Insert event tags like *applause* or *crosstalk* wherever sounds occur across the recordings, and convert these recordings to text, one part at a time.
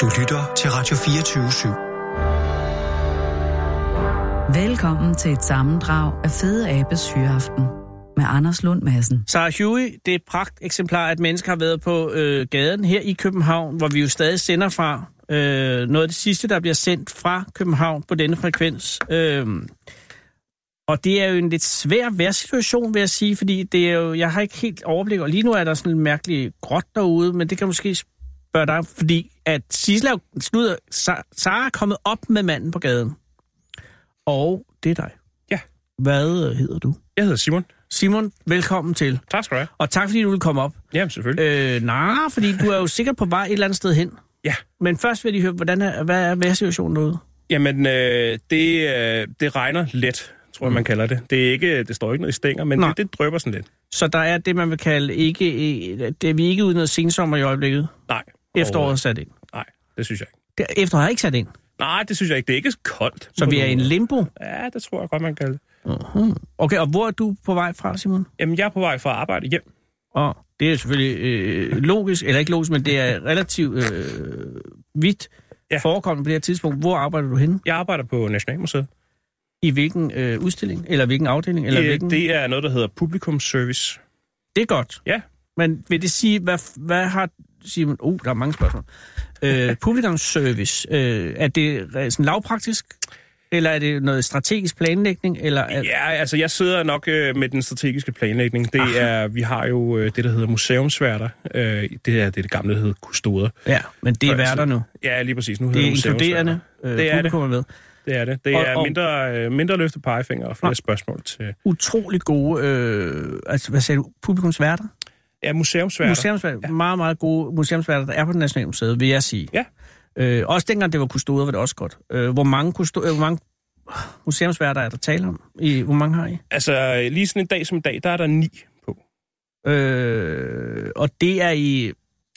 Du lytter til Radio 24 /7. Velkommen til et sammendrag af Fede Abes Hyreaften med Anders Lund Madsen. Sarah Huey, det er et pragt eksemplar, at mennesker har været på øh, gaden her i København, hvor vi jo stadig sender fra. Øh, noget af det sidste, der bliver sendt fra København på denne frekvens. Øh, og det er jo en lidt svær værsituation, vil jeg sige, fordi det er jo, jeg har ikke helt overblik, og lige nu er der sådan en mærkelig gråt derude, men det kan jeg måske spørge dig, om, fordi at Sislav slutter, Sa- Sara er kommet op med manden på gaden. Og det er dig. Ja. Hvad øh, hedder du? Jeg hedder Simon. Simon, velkommen til. Tak skal du have. Og tak fordi du vil komme op. Jamen selvfølgelig. Øh, nej, fordi du er jo sikkert på vej et eller andet sted hen. Ja. Men først vil de høre, hvordan er, hvad er vejrsituationen derude? Jamen, øh, det, øh, det regner let, tror jeg, man kalder det. Det, er ikke, det står ikke noget i stænger, men Mm. Nej. det, det drøber sådan lidt. Så der er det, man vil kalde ikke... Det er vi ikke ude i noget sensommer i øjeblikket. Nej. Efteråret er Overhovedet. sat ind. Nej, det synes jeg ikke. Det, efteråret er ikke sat ind, Nej, det synes jeg ikke. Det er ikke koldt. så vi er i en limbo. Ja, det tror jeg godt, man kan kalde det. Okay, og hvor er du på vej fra, Simon? Jamen, jeg er på vej fra arbejde hjem. Og det er selvfølgelig øh, logisk, eller ikke logisk, men det er relativt øh, vidt ja. Ja. forekommende på det her tidspunkt. Hvor arbejder du henne? Jeg arbejder på Nationalmuseet. I hvilken øh, udstilling? Eller hvilken afdeling? Eller Øh, hvilken... Det... Det er noget, der hedder publikumsservice. det er godt. Ja, Men vil det sige, hvad, hvad har Simon... Uh, der er mange spørgsmål. *laughs* Øh, publikumsservice, øh, er det re- sådan lavpraktisk? Eller er det noget strategisk planlægning? Eller er, Ja, altså jeg sidder nok øh, med den strategiske planlægning. Det er, vi har jo øh, det, der hedder museumsværter. Øh, det er det, det gamle, der hedder kustoder. ja, men det er Før i værter tiden. nu. Ja, lige præcis. Nu hedder Det er museumsværter. inkluderende. Øh, Det er det. publikum er med. Det er det. Det Og- er og- mindre, øh, mindre løfte pegefinger og flere spørgsmål til Utrolig gode, øh, altså hvad sagde du, publikumsværter? ja, museumsværter. Museumsværter, ja. meget, meget gode museumsværter, der er på det nationale museet, vil jeg sige. Ja. Øh, også dengang det var kustoder, var det også godt. Øh, hvor mange, kusto- øh, hvor mange museumsværter er der tale om? I, hvor mange har I? Altså øh, lige sådan en dag som i dag, der er der ni på. Øh, og det er i...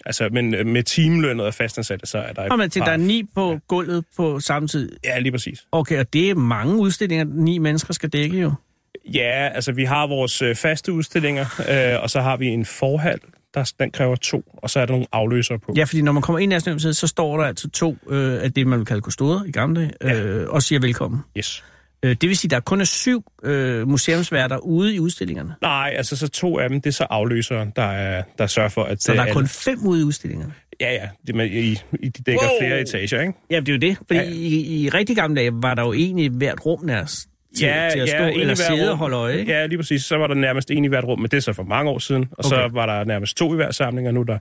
Altså, men øh, med timelønnet og fastansatte, så er der et Nå, men til, der er par- ni på ja. gulvet på samme tid. Ja, lige præcis. Okay, og det er mange udstillinger, ni mennesker skal dække jo. Ja, altså vi har vores øh, faste udstillinger, øh, og så har vi en forhal, der den kræver to, og så er der nogle afløsere på. Ja, fordi når man kommer ind i Nationalmuseet, så står der altså to øh, af det, man vil kalde kustoder i gamle dage, Ja. øh, og siger velkommen. Yes. Øh, det vil sige, at der kun er syv øh, museumsværter ude i udstillingerne. Nej, altså så to af dem, det er så afløseren, der, er, der sørger for, at... Så der øh, er kun alle- fem ude i udstillingerne. Ja, ja, det, man, i, i, de dækker Wow! wow. flere etager, ikke? Ja, det er jo det. Fordi ja, Ja, ja. ja. I, i rigtig gamle dage var der jo en i hvert rum nærmest til, ja, til at stå en i eller hver sidde rum. og holde øje. Ikke? Ja, lige præcis. Så var der nærmest en i hvert rum, men det er så for mange år siden. Og okay. så Okay. var der nærmest to i hver samling, og nu er der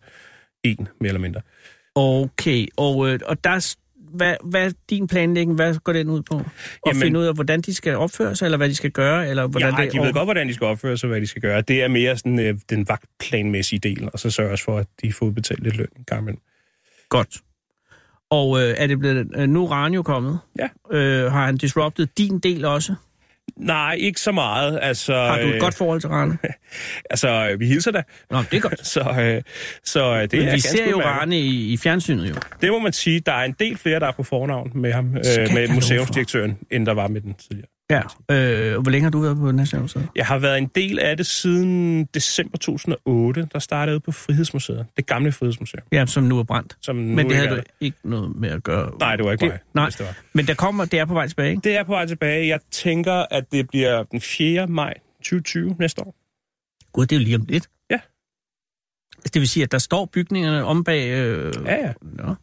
en, mere eller mindre. Okay, og, øh, og der, er s- hvad, hvad er din planlægning? Hvad går den ud på? At Jamen, Jamen- finde ud af, hvordan de skal opføre sig, eller hvad de skal gøre? Eller hvordan Hvordan ja, det, de ved og- godt, hvordan de skal opføre sig, hvad de skal gøre. Det er mere sådan, øh, den vagtplanmæssige del, og så sørger også for, at de får betalt lidt løn en gang imellem. Godt. Og øh, er det blevet... Øh, nu er Ranjo kommet. Ja. Øh, har han disrupted din del også? Nej, ikke så meget. Altså, Har du et øh, godt forhold til Rane? Altså, øh, vi hilser da. Nå, det er godt. Så, øh, så øh, *laughs* det Men er vi ganske ser jo udmærket. Rane i, i fjernsynet jo. Det må man sige. Der er en del flere, der er på fornavn med ham, øh, Skal jeg love med for. museumsdirektøren, end der var med den tidligere. Ja. Øh, og hvor længe har du været på Nationalmuseet? Jeg har været en del af det siden december 2008, der startede på Frihedsmuseet. Det gamle Frihedsmuseum. Ja, som nu er brændt. Som nu Men det ikke havde er du der. ikke noget med at gøre. Nej, det var ikke mig, Nej, hvis det var. men der kommer, det er på vej tilbage, ikke? Det er på vej tilbage. Jeg tænker, at det bliver den 4. maj 2020 næste år. Gud, det er jo lige om lidt. Ja. Altså, Det vil sige, at der står bygningerne om bag... Øh... Ja, ja. Nå.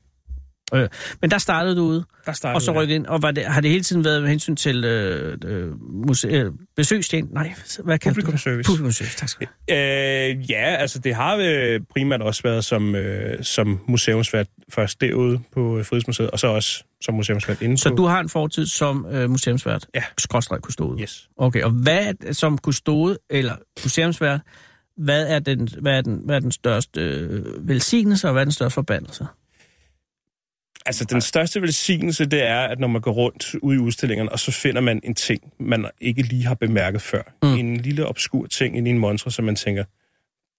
Øh, men der startede du ude, Der startede og så jeg. rykkede ind. Og var det, har det hele tiden været med hensyn til øh, øh, muse- øh, besøgstjen? Nej, hvad kan Publikumsservice. Publikumsservice, tak skal du have. Øh, ja, altså det har øh, primært også været som, øh, som museumsvært først derude på øh, Frihedsmuseet, og så også som museumsvært inde Så på... du har en fortid som øh, museumsvært? Ja. Skråstrej kustode? Yes. Okay, og hvad er- som kustode eller museumsvært, hvad er den, hvad er den, hvad er den største øh, velsignelse, og hvad er den største forbandelse? Altså, den største velsignelse, det er, at når man går rundt ude i udstillingerne, og så finder man en ting, man ikke lige har bemærket før. Mm. Mm. En lille obskur ting inde i en montre, som man tænker,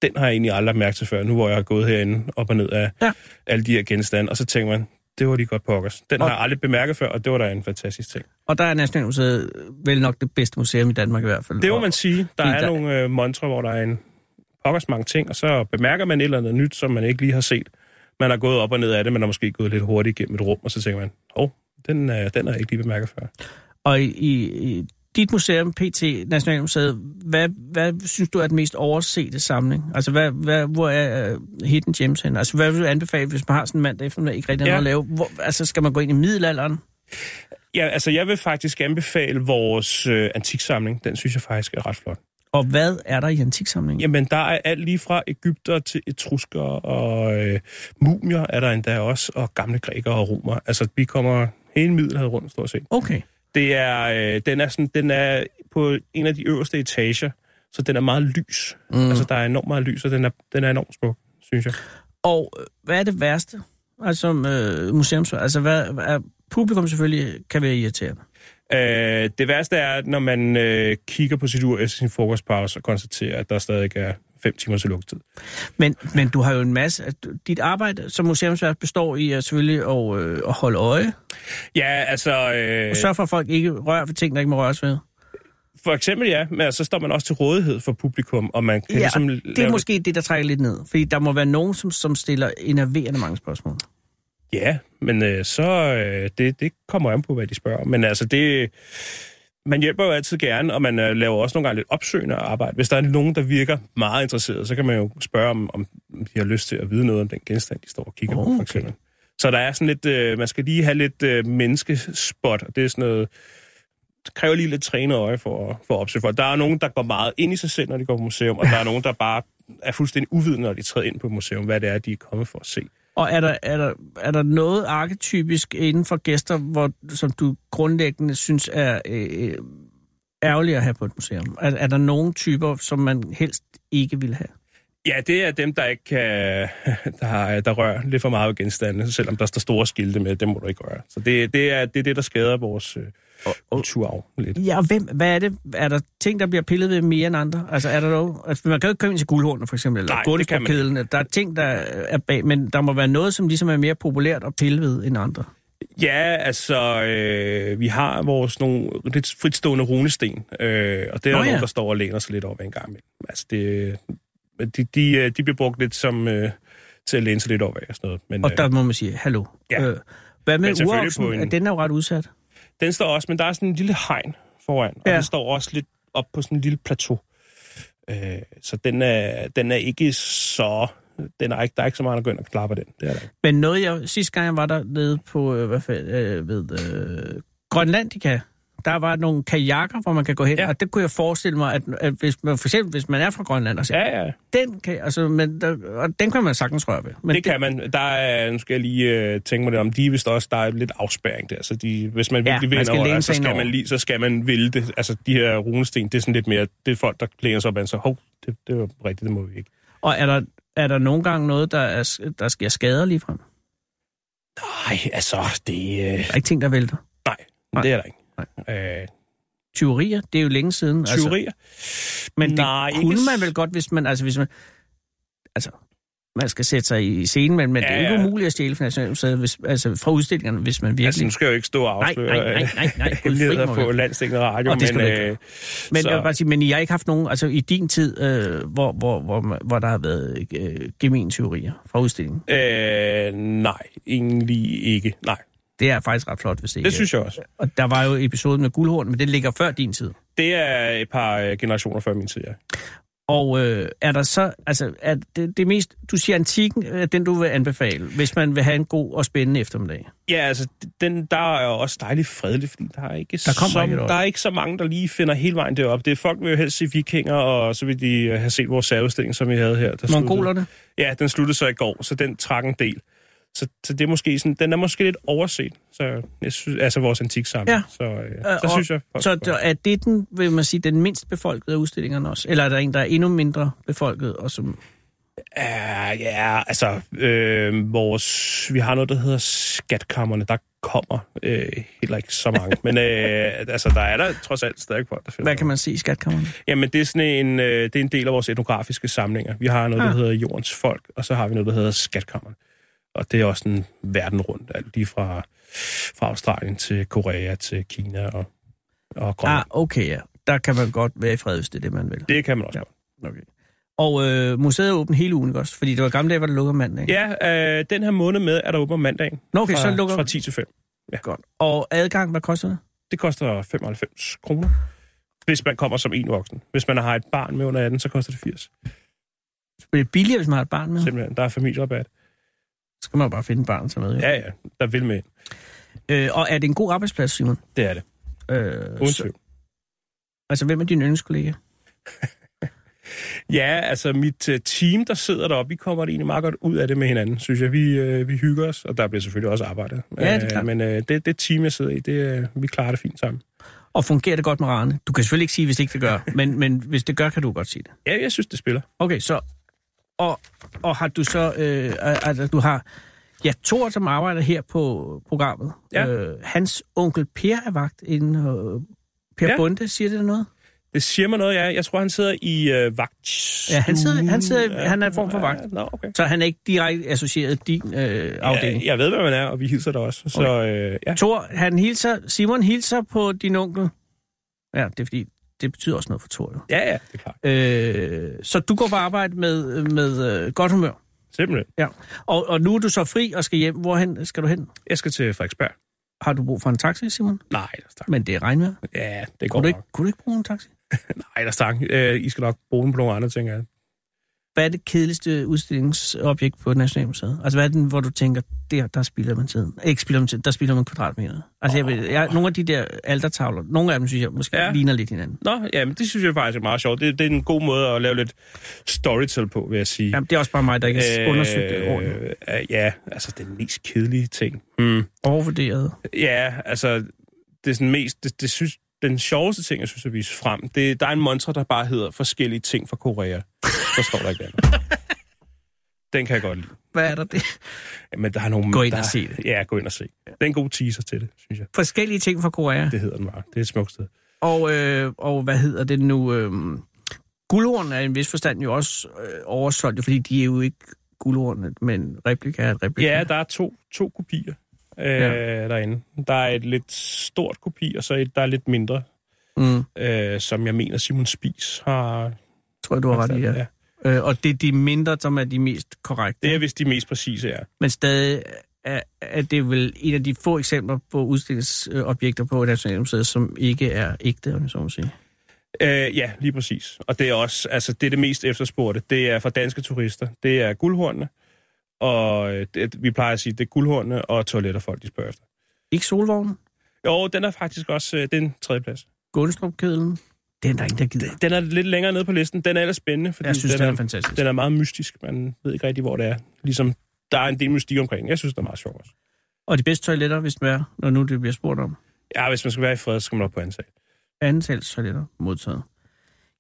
den har jeg egentlig aldrig mærket til før, nu hvor jeg har gået herinde op og ned af Ja. ja. alle de her genstande. Og så tænker man, det var lige godt pokkers. Den Og- har jeg aldrig bemærket før, og det var da en fantastisk ting. Og der er Nationalmuseet øh, vel nok det bedste museum i Danmark i hvert fald. Det må Og- man sige. Der Fordi er der- nogle øh, montre, hvor der er en pokkers mange ting, og så bemærker man et eller andet nyt, som man ikke lige har set. Man har gået op og ned af det, man har måske gået lidt hurtigt igennem et rum, og så tænker man, åh, oh, den, øh, den har jeg ikke lige bemærket før. Og i, i, i dit museum, PT Nationalmuseet, hvad, hvad synes du er den mest oversete samling? Altså, hvad, hvad, hvor er uh, Hidden Gems henne? Altså, hvad vil du anbefale, hvis man har sådan en mandag eftermiddag, ikke rigtig har Ja. noget at lave? Hvor, altså, skal man gå ind i middelalderen? Ja, altså jeg vil faktisk anbefale vores øh, antiksamling. Den synes jeg faktisk er ret flot. Og hvad er der i antiksamlingen? Jamen, der er alt lige fra Ægypter til etrusker og øh, mumier er der endda også, og gamle grækere og romer. Altså, vi kommer hele middelhavet rundt, stort set. Okay. Det er, øh, den, er sådan, den er på en af de øverste etager, så den er meget lys. Mm. Altså, der er enormt meget lys, og den er, den er enormt smuk, synes jeg. Og øh, hvad er det værste? Altså, som øh, museums... Altså, hvad, hvad er, publikum selvfølgelig kan være irriterende. Øh, det værste er, at når man øh, kigger på sit ur efter sin frokostpause og konstaterer, at der stadig er fem timer til lukketid. Men, men du har jo en masse... At dit arbejde som museumsvært består i at selvfølgelig at, øh, at holde øje, Ja, altså... Øh, og sørge for, at folk ikke rører ved ting, der ikke må røres ved. for eksempel ja, men altså, så står man også til rådighed for publikum, og man kan Ja, ligesom... det er måske det, der trækker lidt ned. Fordi der må være nogen, som, som stiller enerverende mange spørgsmål. Ja, men øh, så... Øh, det, det kommer an på, hvad de spørger om. Men altså, det... Man hjælper jo altid gerne, og man øh, laver også nogle gange lidt opsøgende arbejde. Hvis der er nogen, der virker meget interesseret, så kan man jo spørge om, om de har lyst til at vide noget om den genstand, de står og kigger okay. på, Okay. for eksempel. Så der er sådan lidt... Øh, man skal lige have lidt øh, menneskespot, og det er sådan noget... Det kræver lige lidt trænet øje for, at- for at opsøge folk. Der er nogen, der går meget ind i sig selv, når de går på museum, og der er nogen, der bare er fuldstændig uvidende, når de træder ind på et museum, hvad det er, de er kommet for at se. Og er der, er, der, er der noget arketypisk inden for gæster, hvor, som du grundlæggende synes er øh, ærgerligt at have på et museum? Er, er der nogen typer, som man helst ikke vil have? Ja, det er dem, der ikke kan, *laughs* der, der rører lidt for meget ved genstande, selvom der står store skilte med, dem må du ikke røre. Så det, det, er, det er det, der skader vores øh, kulturarv lidt. Ja, og hvem, hvad er det? Er der ting, der bliver pillet ved mere end andre? Altså, er der noget? Altså, man kan jo ikke købe ind til guldhornet, for eksempel, eller Nej, det kan man ikke. Gundestrup-kedlen. Der er ting, der er bag, men der må være noget, som ligesom er mere populært at pille ved end andre. Ja, altså, øh, vi har vores nogle lidt fritstående runesten, øh, og det er Nå der ja. nogen, der står og læner sig lidt op ad en gang imellem. Altså, det, men de, de, øh, de bliver brugt lidt som, øh, til at læne sig lidt op af og sådan noget. Men, Og øh, der må man sige, hallo. Ja. Øh, hvad Men med selvfølgelig uroksen? på en- En... Den er jo ret udsat. Den står også, men der er sådan en lille hegn foran, og Ja. ja. den står også lidt op på sådan en lille plateau. Øh, så den er, den er ikke så... Den er ikke, der er ikke så meget, der går ind og klapper den. Det er der ikke. Men noget, jeg sidste gang jeg var der nede på øh, hvad fald, øh, ved, øh, Grønlandica, der var nogle kajakker, hvor man kan gå hen, Ja. ja. og det kunne jeg forestille mig, at, at hvis man, for eksempel hvis man er fra Grønland, og siger, ja. Ja, ja, den, kan, altså, men, der, og den kan man sagtens røre ved. Men det, det kan man. Der er, nu skal jeg lige øh, tænke mig det om, de er vist også, der er lidt afspæring der, så de, hvis man Ja, virkelig man vil skal ind over, læne det, sig så ind skal over. man lige, så skal man ville det. Altså, de her runesten, det er sådan lidt mere, det er folk, der læner sig op ad, en, så hov, det, det er jo rigtigt, det må vi ikke. Og er der, er der nogle gange noget, der, er, der sker skader ligefrem? Der Nej, altså, det... Øh, er ikke ting, der vælter. nej, Nej. nej, Altså, det er der ikke. Øh, Tyverier, det er jo længe siden. Altså, tyverier? men det Nej, ikke kunne s- man vel godt, hvis man... Altså, hvis man, altså, man skal sætte sig i scenen, men, men ja, Ja, det er jo ikke ja. umuligt at stjæle fra Nationalmuseet, hvis, altså, fra udstillingerne, hvis man Altså, virkelig... nu skal jeg jo ikke stå Nej, og nej, afsløre nej, nej, nej, nej, gud, fri hemmeligheder mig på vel. landstækkende radio, Og det skal men, du ikke. øh, Men så- jeg vil bare sige, men I har ikke haft nogen, altså i din tid, øh, hvor, hvor, hvor, hvor der har været øh, gemen teorier fra udstillingen. øh, nej, egentlig ikke. Nej, Det er faktisk ret flot, hvis det, det synes jeg også. Og der var jo episoden med guldhorn, men det ligger før din tid. Det er et par øh, generationer før min tid, ja. Og øh, er der så, altså er det, det mest, du siger antikken, er den du vil anbefale, hvis man vil have en god og spændende eftermiddag. Ja, altså, den, der er jo også dejligt fredelig, fordi der er ikke, Der kommer så, ikke et øje. der er ikke så mange, der lige finder hele vejen derop. Det er folk, vil jo helst se vikinger, og så vil de øh, have set vores særudstilling, som vi havde her. Der sluttede- Mongolerne? Ja, den sluttede så i går, så den trak en del. Så, så det er måske sådan, den er måske lidt overset, så jeg synes, altså vores antiksamling. Ja. Så, øh, Øh, så og- synes jeg... folk Så skal- der- er det den, vil man sige, den mindst befolkede af udstillingerne også? Eller er der en, der er endnu mindre befolket? Og som, Ja, ja altså, øh, vores, vi har noget, der hedder skatkammerne. Der kommer øh, heller ikke så mange. Men øh, altså, der er der trods alt stadig folk, der finder hvad kan man se i skatkammeren? noget. Jamen, det er, sådan en, øh, det er en del af vores etnografiske samlinger. Vi har noget, der Ah. hedder Jordens Folk, og så har vi noget, der hedder Skatkammerne. Og det er også en verden rundt, alt lige fra, fra Australien til Korea til Kina og, og Grønland. Ah, okay, ja. Der kan man godt være i fred, hvis det er det, man vil. Det kan man også Ja. ja. Okay. Og øh, museet er åbent hele ugen, ikke også? Fordi det var i gamle dage, hvor det lukkede mandag. ikke? Ja, øh, den her måned med er der åben om mandagen. Nå, okay, fra, så lukker- Fra 10 til 5. Godt. Og adgang, hvad koster det? Det koster 95 kroner, hvis man kommer som en voksen. Hvis man har et barn med under 18, så koster det 80. Det er billigere, hvis man har et barn med. Simpelthen, der er familierabat. Så skal man jo bare finde barn som med. Ja. Ja, ja, der vil med. Øh, og er det en god arbejdsplads, Simon? Det er det. Øh, Uden så, tvivl. altså, hvem er dine yndlingskollegaer? Ja, altså mit øh, team, der sidder deroppe, vi kommer egentlig meget godt ud af det med hinanden, synes jeg. Vi, øh, vi hygger os, og der bliver selvfølgelig også arbejdet. Ja, det er Øh, klart. Men øh, det, det team, jeg sidder i, det, øh, vi klarer det fint sammen. Og fungerer det godt med Rane? Du kan selvfølgelig ikke sige, hvis det ikke det gør, men, men hvis det gør, kan du godt sige det. Ja, jeg synes, det spiller. Okay, så... Og, og har du så... Øh, altså, du har... Ja, Thor, som arbejder her på programmet. Ja. Øh, hans onkel Per er vagt inden... Øh, per ja. Ja. Bunde, siger det noget? Det siger mig noget, ja. Jeg tror, han sidder i øh, vagt. Ja, han sidder- han sidder- han er en form for vagt. Ja, nå, okay. Så han er ikke direkte associeret din øh, afdeling. Ja, jeg ved, hvad man er, og vi hilser dig også. Så okay. øh, ja. Thor, han hilser, Simon hilser på din onkel. Ja, det er fordi, det betyder også noget for Thor, jo. ja, ja, det er klart. Øh, så du går på arbejde med, med øh, godt humør. Simpelthen. Ja. Og, og nu er du så fri og skal hjem. Hvorhen skal du hen? Jeg skal til Frederiksberg. Har du brug for en taxi, Simon? Nej, der stak. Men det er regnvejr. Ja, det går Kunne du, nok. ikke, kunne du ikke bruge en taxi? Nej, der stak. Øh, I skal nok bruge den på nogle andre ting. Ja. Hvad er det kedeligste udstillingsobjekt på Nationalmuseet? Altså, hvad er den, hvor du tænker, der, der spilder man tiden? Ikke spilder man tiden, der spilder man kvadratmeter. Altså, jeg, ved, jeg, nogle af de der altertavler, nogle af dem, synes jeg, måske ja. Ja. ligner lidt hinanden. Nå, jamen, det synes jeg faktisk er meget sjovt. Det, det er en god måde at lave lidt storytell på, vil jeg sige. Jamen, det er også bare mig, der ikke har øh, undersøgt det ordentligt. øh, Ja, altså den mest kedelige ting. Mm. Overvurderet. Ja, altså det er sådan mest, det, det synes, den sjoveste ting, jeg synes at vise frem, det, der er en mantra, der bare hedder forskellige ting fra Korea. Der står der ikke *laughs* andet. Den kan jeg godt lide. Hvad er der det? Men der er nogle, Gå ind der, og se det. Ja, gå ind og se. Det er en god teaser til det, synes jeg. Forskellige ting fra Korea. Det hedder den bare. Det er et smukt sted. Og, øh, og hvad hedder det nu? Øh, guldhorn er i en vis forstand jo også øh, oversolgt, jo, fordi de er jo ikke guldhornet, men replika er et replika. Ja, der er to, to kopier øh, Ja. ja. derinde. Der er et lidt stort kopi, og så et, der er lidt mindre, mm, øh, som jeg mener Simon Spies har... tror jeg, du har ret i, ja. Øh, og det er de mindre, som er de mest korrekte. Det er vist de mest præcise, ja. Men stadig er, er det vel en af de få eksempler på udstillingsobjekter på Nationalmuseet, som ikke er ægte, om jeg så må sige. Øh, ja, lige præcis. Og det er også, altså det er det mest efterspurgte. Det er for danske turister. Det er guldhornene, og øh, det, vi plejer at sige, det er guldhornene og toiletter, folk de spørger efter. Ikke solvognen, Jo, den er faktisk også, øh, det er en tredjeplads. Gundestrup-kedlen, den er der ingen, der gider. Den er lidt længere nede på listen. Den er ellers spændende, fordi Jeg synes, den er den, fantastisk. er, den er meget mystisk. Man ved ikke rigtig, hvor det er. Ligesom, der er en del mystik omkring. den. Jeg synes, det er meget sjovt også. Og de bedste toiletter, hvis det er, når nu det bliver spurgt om. Ja, hvis man skal være i fred, så skal man op på ansag. antalstoiletter modtaget.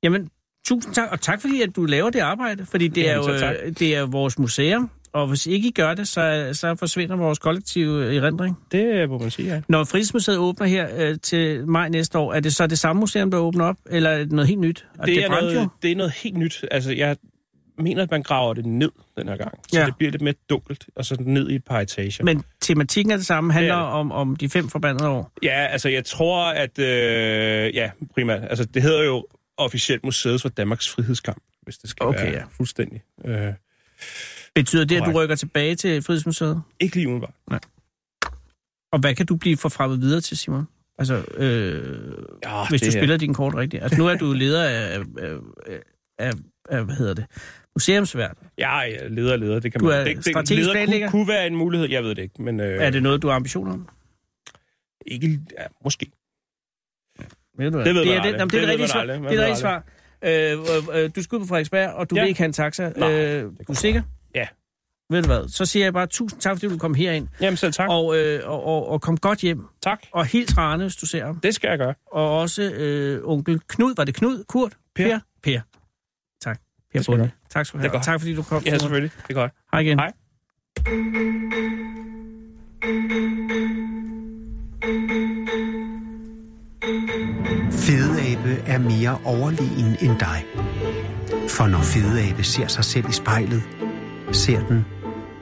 Jamen, tusind tak, og tak fordi, at du laver det arbejde, fordi det, Jamen, er, så jo, øh, det er vores museum, og hvis ikke I gør det, så, så forsvinder vores kollektive øh, erindring. Det øh, må man sige, ja. Når Frihedsmuseet åbner her øh, til maj næste år, er det så det samme museum, der åbner op, eller er det noget helt nyt? Og det, det, er brændte noget, det er noget helt nyt. Altså, jeg mener, at man graver det ned den her gang. Så Ja. ja. det bliver lidt mere dunkelt, og så ned i et par etager. Men... Men tematikken er det samme, handler Det er om, om de fem forbandede år. Ja, altså, jeg tror, at... Øh, ja, primært. Altså, det hedder jo officielt Museet for Danmarks Frihedskamp, hvis det skal Okay, være ja. fuldstændig. Øh, Betyder det, at du Korrekt. rykker tilbage til Frihedsmuseet? ikke lige umiddelbart. Og hvad kan du blive forfremmet videre til, Simon? Altså, øh, Ja, hvis Ah, det du er- spiller din kort rigtigt. Altså, nu er du leder af, af, af, af hvad hedder det, museumsvært. Ja, ja, leder, leder, det kan Du man. er det, det, strategisk leder planlægger? kunne, kunne være en mulighed, jeg ved det ikke, men øh, Er det noget, du har ambitioner om? ikke, ja, måske. Ved du, hvad? Det ved det man er aldrig. det, jamen, det, er det Det ved rigtige man svar. Det aldrig. er Man det ved rigtige svar. Øh, øh, øh, du skal ud på Frederiksberg, og du Ja. vil ikke have en taxa. Nej, øh, du er sikker? Ja. Ved du hvad? Så siger jeg bare tusind tak, fordi du kom herind. Jamen selv tak. Og... Og, øh, og, og, og kom godt hjem. Tak. Og helt Rane, hvis du ser ham. Det skal jeg gøre. Og også øh, onkel Knud. Var det Knud? Kurt? Per. Per. per. Tak. Per Det skal Bunde. jeg Tak skal du Det er have. Og godt. tak fordi du kom. Ja, selvfølgelig. Det er godt. Hej igen. Hej. Fedeabe er mere overlegen end dig. For når fedeabe ser sig selv i spejlet, ser den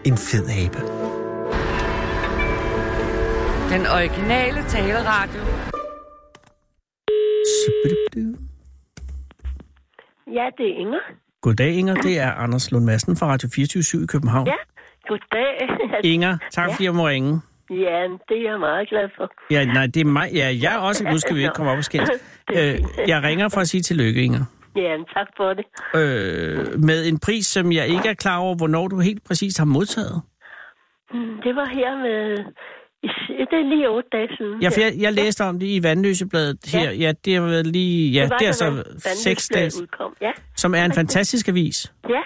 en fed abe. Den originale taleradio. Sibidibidib. Ja, det er Inger. Goddag, Inger. Det er Anders Lund Madsen fra Radio 24 i København. Ja, goddag. Inger, tak fordi jeg må ringe. *laughs* Ja, det er jeg meget glad for. Ja, nej, det er mig. Ja, jeg er også. Nu skal vi ikke komme op og skændes. *laughs* Det er Øh, fint. jeg ringer for at sige tillykke, Inger. Ja, tak for det. Øh, med en pris, som jeg ikke er klar over, hvornår du helt præcis har modtaget. Mm, Det var her med... Det er lige otte dage siden. Ja, for jeg, jeg læste om det i Vandløsebladet her. Ja, det har været lige... Ja, var, altså det er da så Vandløsbladet seks dage, Udkom. Ja, som er en fantastisk avis. ja.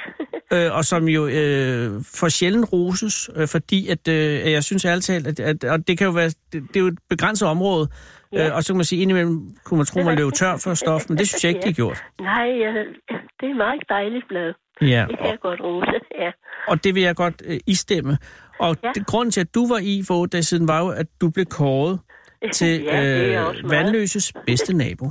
*laughs* øh, og som jo øh, for sjældent roses, øh, fordi at, øh, jeg synes ærligt talt, at, at, og det kan jo være, det, det er jo et begrænset område, ja. øh, og så kan man sige, indimellem kunne man tro, man løb tør for stof, men det synes jeg ikke, de har gjort. Nej, ja, det er et meget dejligt blad. Ja, Det og, kan jeg godt rose. *laughs* Ja, og det vil jeg godt øh, istemme. Og ja. Ja. det, grunden til, at du var i for otte dage siden, var jo, at du blev kåret til Ja, det er jeg også øh, meget. Vandløses bedste nabo.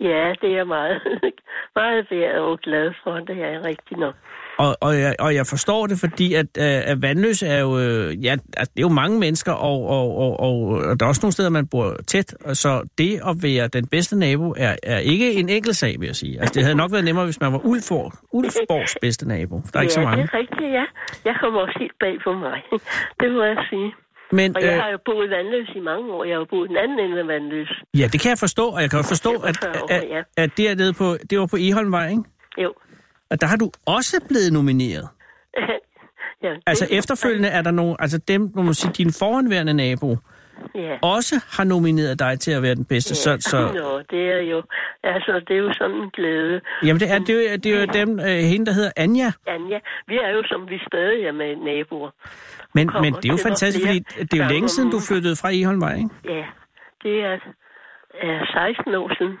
ja det er jeg meget, *laughs* meget værd og glad for. Det er jeg rigtig nok. Og, og, jeg, og jeg forstår det, fordi at, øh, at Vandløse er jo, øh, ja, at det er jo mange mennesker, og, og, og, og, og der er også nogle steder, man bor tæt, og så det at være den bedste nabo er, er ikke en enkelt sag, vil jeg sige. Altså, det havde nok været nemmere, hvis man var Ulfborg, Ulfborgs bedste nabo. Der er ikke så ja, mange. det er rigtigt, ja. Jeg kommer også helt bag på mig. *laughs* Det må jeg sige. Men Og øh, jeg har jo boet i Vandløs i mange år. Jeg har jo boet i den anden ende af Vandløs. ja, det kan jeg forstå, og jeg kan også forstå, at, Det er for at, fyrre år, ja. at det, er nede på, det var på Eholmvej, ikke? Jo. Og der har du også blevet nomineret. *laughs* Ja, det- Altså efterfølgende er der nogle, altså dem, må man sige, din foranværende nabo, Ja. også har nomineret dig til at være den bedste. Så, så, *laughs* Nå, det er jo, altså, det er jo sådan en glæde. Jamen, det er, det er, jo- det er jo dem, øh, hende, der hedder Anja. Anja, vi er jo, som vi stadig er med naboer. Men, Kommer men det er jo til at fantastisk, fordi blive det er jo sammen længe om siden, du ugen. flyttede fra Eholmvej, ikke? Ja, det er, er 16 år siden. Men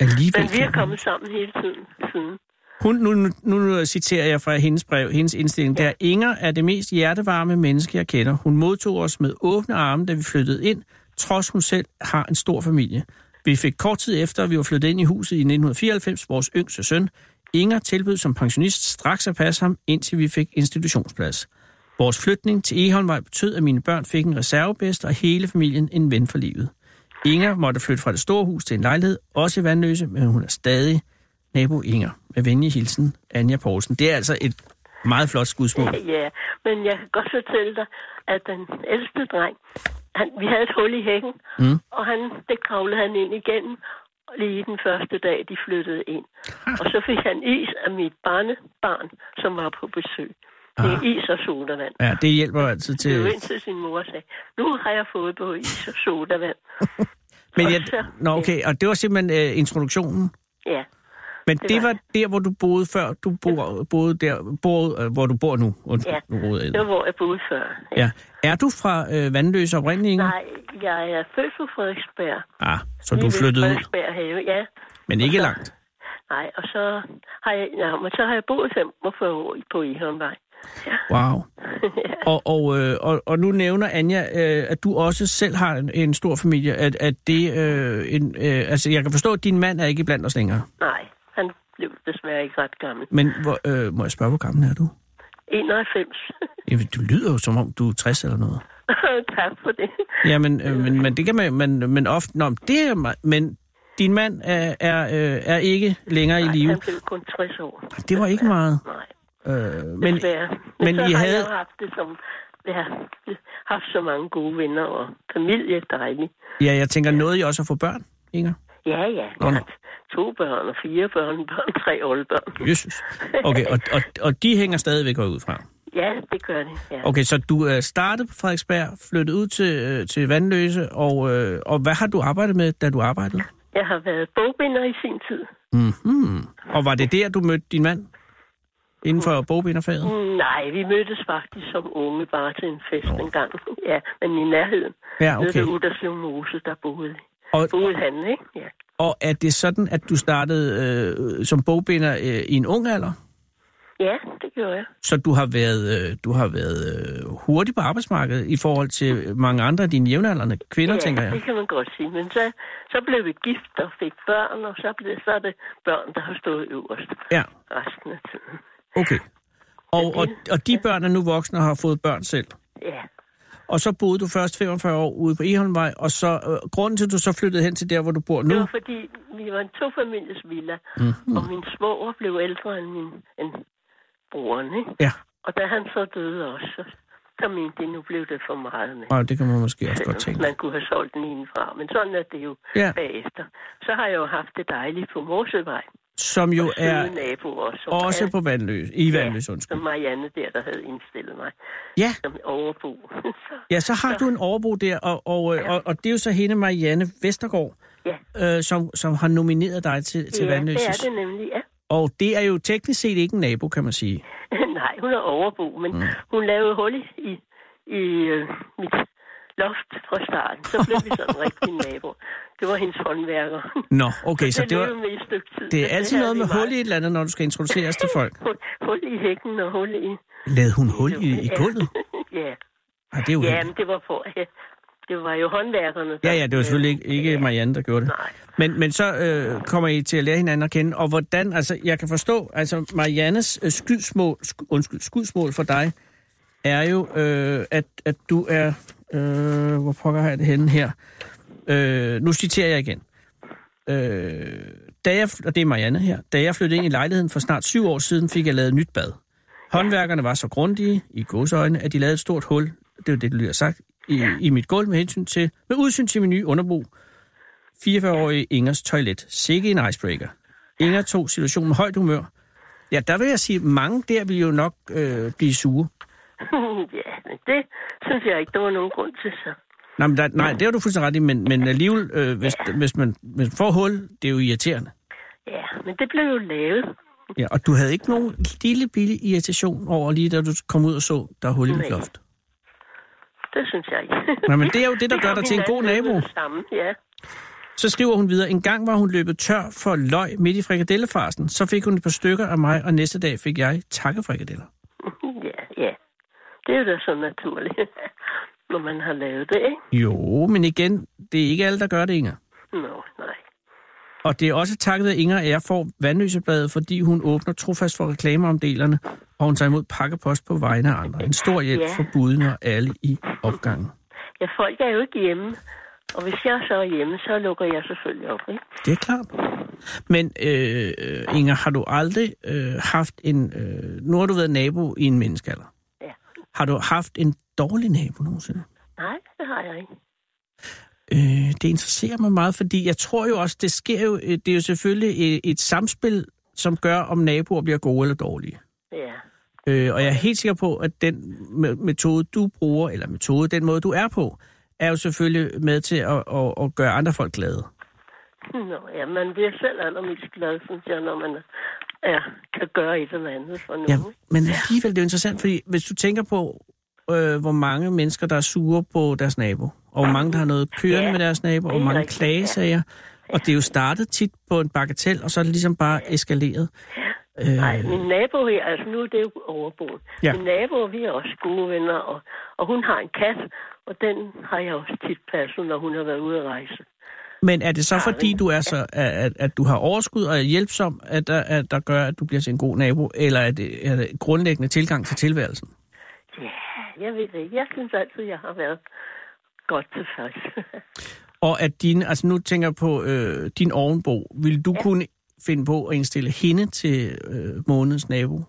Alligevel. vi er kan- kommet sammen hele tiden siden. Hun, nu, nu, nu citerer jeg fra hendes brev, hendes indstilling. Der Inger er det mest hjertevarme menneske, jeg kender. Hun modtog os med åbne arme, da vi flyttede ind, trods hun selv har en stor familie. Vi fik kort tid efter, at vi var flyttet ind i huset i 1994, vores yngste søn. Inger tilbød som pensionist straks at passe ham, indtil vi fik institutionsplads. Vores flytning til Eholmvej betød, at mine børn fik en reservebest og hele familien en ven for livet. Inger måtte flytte fra det store hus til en lejlighed, også i Vandløse, men hun er stadig nabo Inger. Med venlig hilsen, Anja Poulsen. Det er altså et meget flot skudsmål. Ja, men jeg kan godt fortælle dig, at den ældste dreng, han, vi havde et hul i hækken, mm. og han, det kravlede han ind igennem lige den første dag, de flyttede ind. Og så fik han is af mit barnebarn, som var på besøg. Det er is og sodavand. Ja, Ah. det hjælper jo altid Det var til... indtil sin mor og sagde, nu har jeg fået på is og sodavand. Men jeg... Nå, okay, og det var simpelthen øh, introduktionen. Ja, Men Det det var var der, hvor du boede før du bo, boede der, boede, øh, hvor du bor nu. Undskyld, Ja. nu roder jeg det var, det. hvor jeg boede før. Ja. Er du fra øh, Vandløse oprindeligt, Inger? Nej, jeg er født på Frederiksberg. Ah, så Lige du ved flyttede ud, Frederiksberg have, ja. men ikke langt. Nej, og så har jeg, ja, men så har jeg boet 45 år på Ihåndvej. Wow. Og, og, øh, og, og nu nævner Anja, øh, at du også selv har en, en stor familie. At, at det, øh, en, øh, altså, jeg kan forstå, at din mand er ikke blandt os længere. Nej, han blev desværre ikke ret gammel. Men hvor, øh, må jeg spørge, hvor gammel er du? 91. Jamen, du lyder jo, som om du er 60 eller noget. *laughs* tak for det. Jamen, øh, men, men det kan man, men, men ofte... Nå, men det er, mig- men din mand er, er, øh, er ikke længere i Nej, live. han blev kun 60 år. Det var ikke meget. Nej, Øh, men, men, desværre. Men, men så I har havde- jeg jo haft det som... Jeg har haft så mange gode venner og familie, dejligt. ja, jeg tænker, noget I også at få børn, Inger? Ja, ja. Nå, jeg nå. har To børn og fire børn, børn, tre oldbørn. Jesus. Okay, og, og, og de hænger stadigvæk ud fra. Ja, det gør det. Ja. Okay, så du øh, startede på Frederiksberg, flyttede ud til, øh, til Vandløse, og, øh, og hvad har du arbejdet med, da du arbejdede? Jeg har været bogbinder i sin tid. Mm-hmm. Og var det der, du mødte din mand? Inden for bogbinderfaget? Mm, Nej, vi mødtes faktisk som unge bare til en fest en gang. *laughs* Ja, men i nærheden. Ja, Nede ved Ah, okay. Uderslev Mose, der boede, Og, boede han, ikke? Ja. og er det sådan, at du startede øh, som bogbinder øh, i en ung alder? ja, det gjorde jeg. Så du har været, øh, du har været øh, hurtig på arbejdsmarkedet i forhold til mange andre af dine jævnaldrende kvinder, ja, ja, tænker jeg. det kan man godt sige. Men så, så blev vi gift og fik børn, og så, blev, så er det børn, der har stået øverst Ja, resten af tiden. okay. Og, og, og de børn er nu voksne og har fået børn selv. Ja, Og så boede du først 45 år ude på Eholmvej, og så øh, grunden til, at du så flyttede hen til der, hvor du bor nu... Det var fordi, vi var en tofamilies villa, Mm. mm-hmm. og min svoger blev ældre end, min, end broren, ikke? Ja, Og da han så døde også, så, så mente jeg, nu blev det for meget med. og det kan man måske også godt Selvom tænke. Øh, man kunne have solgt den indenfra, men sådan er det jo Ja. ja. bagefter. Så har jeg jo haft det dejligt på Morsevej. Som jo er Søde naboer, som også er- på Vandløs, i Vandløs, som undskyld. Marianne der, der havde indstillet mig Ja, som overbo. *laughs* så, ja, så har du en overbo der, og, og, øh, og, og det er jo så hende Marianne Vestergaard, ja. øh, som, som har nomineret dig til, til ja, det er Vandløses. det nemlig, ja. *laughs* Og det er jo teknisk set ikke en nabo, kan man sige. Nej, hun er overbo, men mm. hun lavede hul i, i, i øh, mit loft fra starten. Så blev vi sådan rigtig *laughs* naboer. Det var hendes håndværker. Nå, okay, så det, levede var, vi i et stykke tid. det men er altid havde noget med vi hul i et eller andet, når du skal introduceres til folk. meget. Hul, hul i hækken og hul i... Lad hun hul i, i *laughs* Ja. gulvet? ja. Ej, det er jo ja, men det var på... Ja. Det var jo håndværkerne. Ja, der- ja, det var selvfølgelig ikke, ikke Marianne, der gjorde det. Nej. Men, men så øh, kommer I til at lære hinanden at kende, og hvordan, altså, jeg kan forstå, altså Mariannes øh, skudsmål, sk, undskyld, skudsmål for dig, er jo, øh, at, at du er, øh, hvor pokker har jeg det henne her? Øh, nu citerer jeg igen. Øh, da jeg, og det er Marianne her, da jeg flyttede ind i lejligheden for snart syv år siden, fik jeg lavet et nyt bad. Håndværkerne var så grundige, i godsøjne, at de lavede et stort hul, det er jo det, du lige har sagt, i, i mit gulv med, hensyn til, med udsyn til min nye underbo, 44-årige Ingers toilet. Sikke en icebreaker. Inger tog situationen med højt humør. Ja, der vil jeg sige, at mange der vil jo nok øh, blive sure. *laughs* ja, men det synes jeg ikke, der var nogen grund til så. Nej, men der, nej, det har du fuldstændig ret i, men, men alligevel, øh, hvis, hvis, man, hvis man får hul, det er jo irriterende. Ja, men det blev jo lavet. Ja, og du havde ikke nogen lille, billig irritation over lige da du kom ud og så, der er hul i mit Nej. loft. Det synes jeg ikke. Nej, *laughs* men det er jo det, der gør kom dig til en god hinanden ved nabo. det Samme, ja. Så skriver hun videre, en gang var hun løbet tør for løg midt i frikadellefarsen. Så fik hun et par stykker af mig, og næste dag fik jeg takkefrikadeller. ja, ja. Det er jo da så naturligt, *laughs* når man har lavet det, ikke? Jo, men igen, det er ikke alle, der gør det, Inger. Nå, nej. Og det er også takket af Inger Air for Vandløsebladet, fordi hun åbner trofast for reklamer om delerne, og hun tager imod pakkepost på vegne af andre. En stor hjælp Ja. for budene og alle i opgangen. Ja, folk er jo ikke hjemme. Og hvis jeg så er hjemme, så lukker jeg selvfølgelig op, ikke? Det er klart. Men øh, øh, Inger, har du aldrig øh, haft en... Øh, nu har du været nabo i en menneskealder. Ja. Har du haft en dårlig nabo nogensinde? Nej, det har jeg ikke. Øh, det interesserer mig meget, fordi jeg tror jo også, det sker jo... øh, Det er jo selvfølgelig et, et samspil, som gør, om naboer bliver gode eller dårlige. Ja, Øh, og jeg er helt sikker på, at den me- metode, du bruger, eller metode, den måde, du er på, er jo selvfølgelig med til at, at, at gøre andre folk glade. Nå, ja, man bliver selv allermest glad, synes jeg, når man ja, kan gøre et eller andet for Ja, nogen. men alligevel, det er jo interessant, fordi hvis du tænker på, øh, hvor mange mennesker, der er sure på deres nabo, og hvor mange, der har noget kørende Ja, med deres nabo, og hvor det er mange rigtigt, klagesager, og det er jo startet tit på en bagatel, og så er det ligesom bare eskaleret. Øh, Nej, min nabo her, altså nu er det jo overboen. Ja. Ja. Min nabo, vi er også gode venner, og, og hun har en kat, og den har jeg også tit passet, når hun har været ude at rejse. men er det så, fordi du er så, at, at, at du har overskud og er hjælpsom, at der, at der gør, at du bliver til en god nabo, eller er det, er det grundlæggende tilgang til tilværelsen? Ja, jeg ved det ikke. Jeg synes altid, jeg har været godt tilfreds. *laughs* Og at din, altså nu tænker jeg på øh, din ovenbo, vil du ja. kunne finde på at indstille hende til øh, månedens nabo?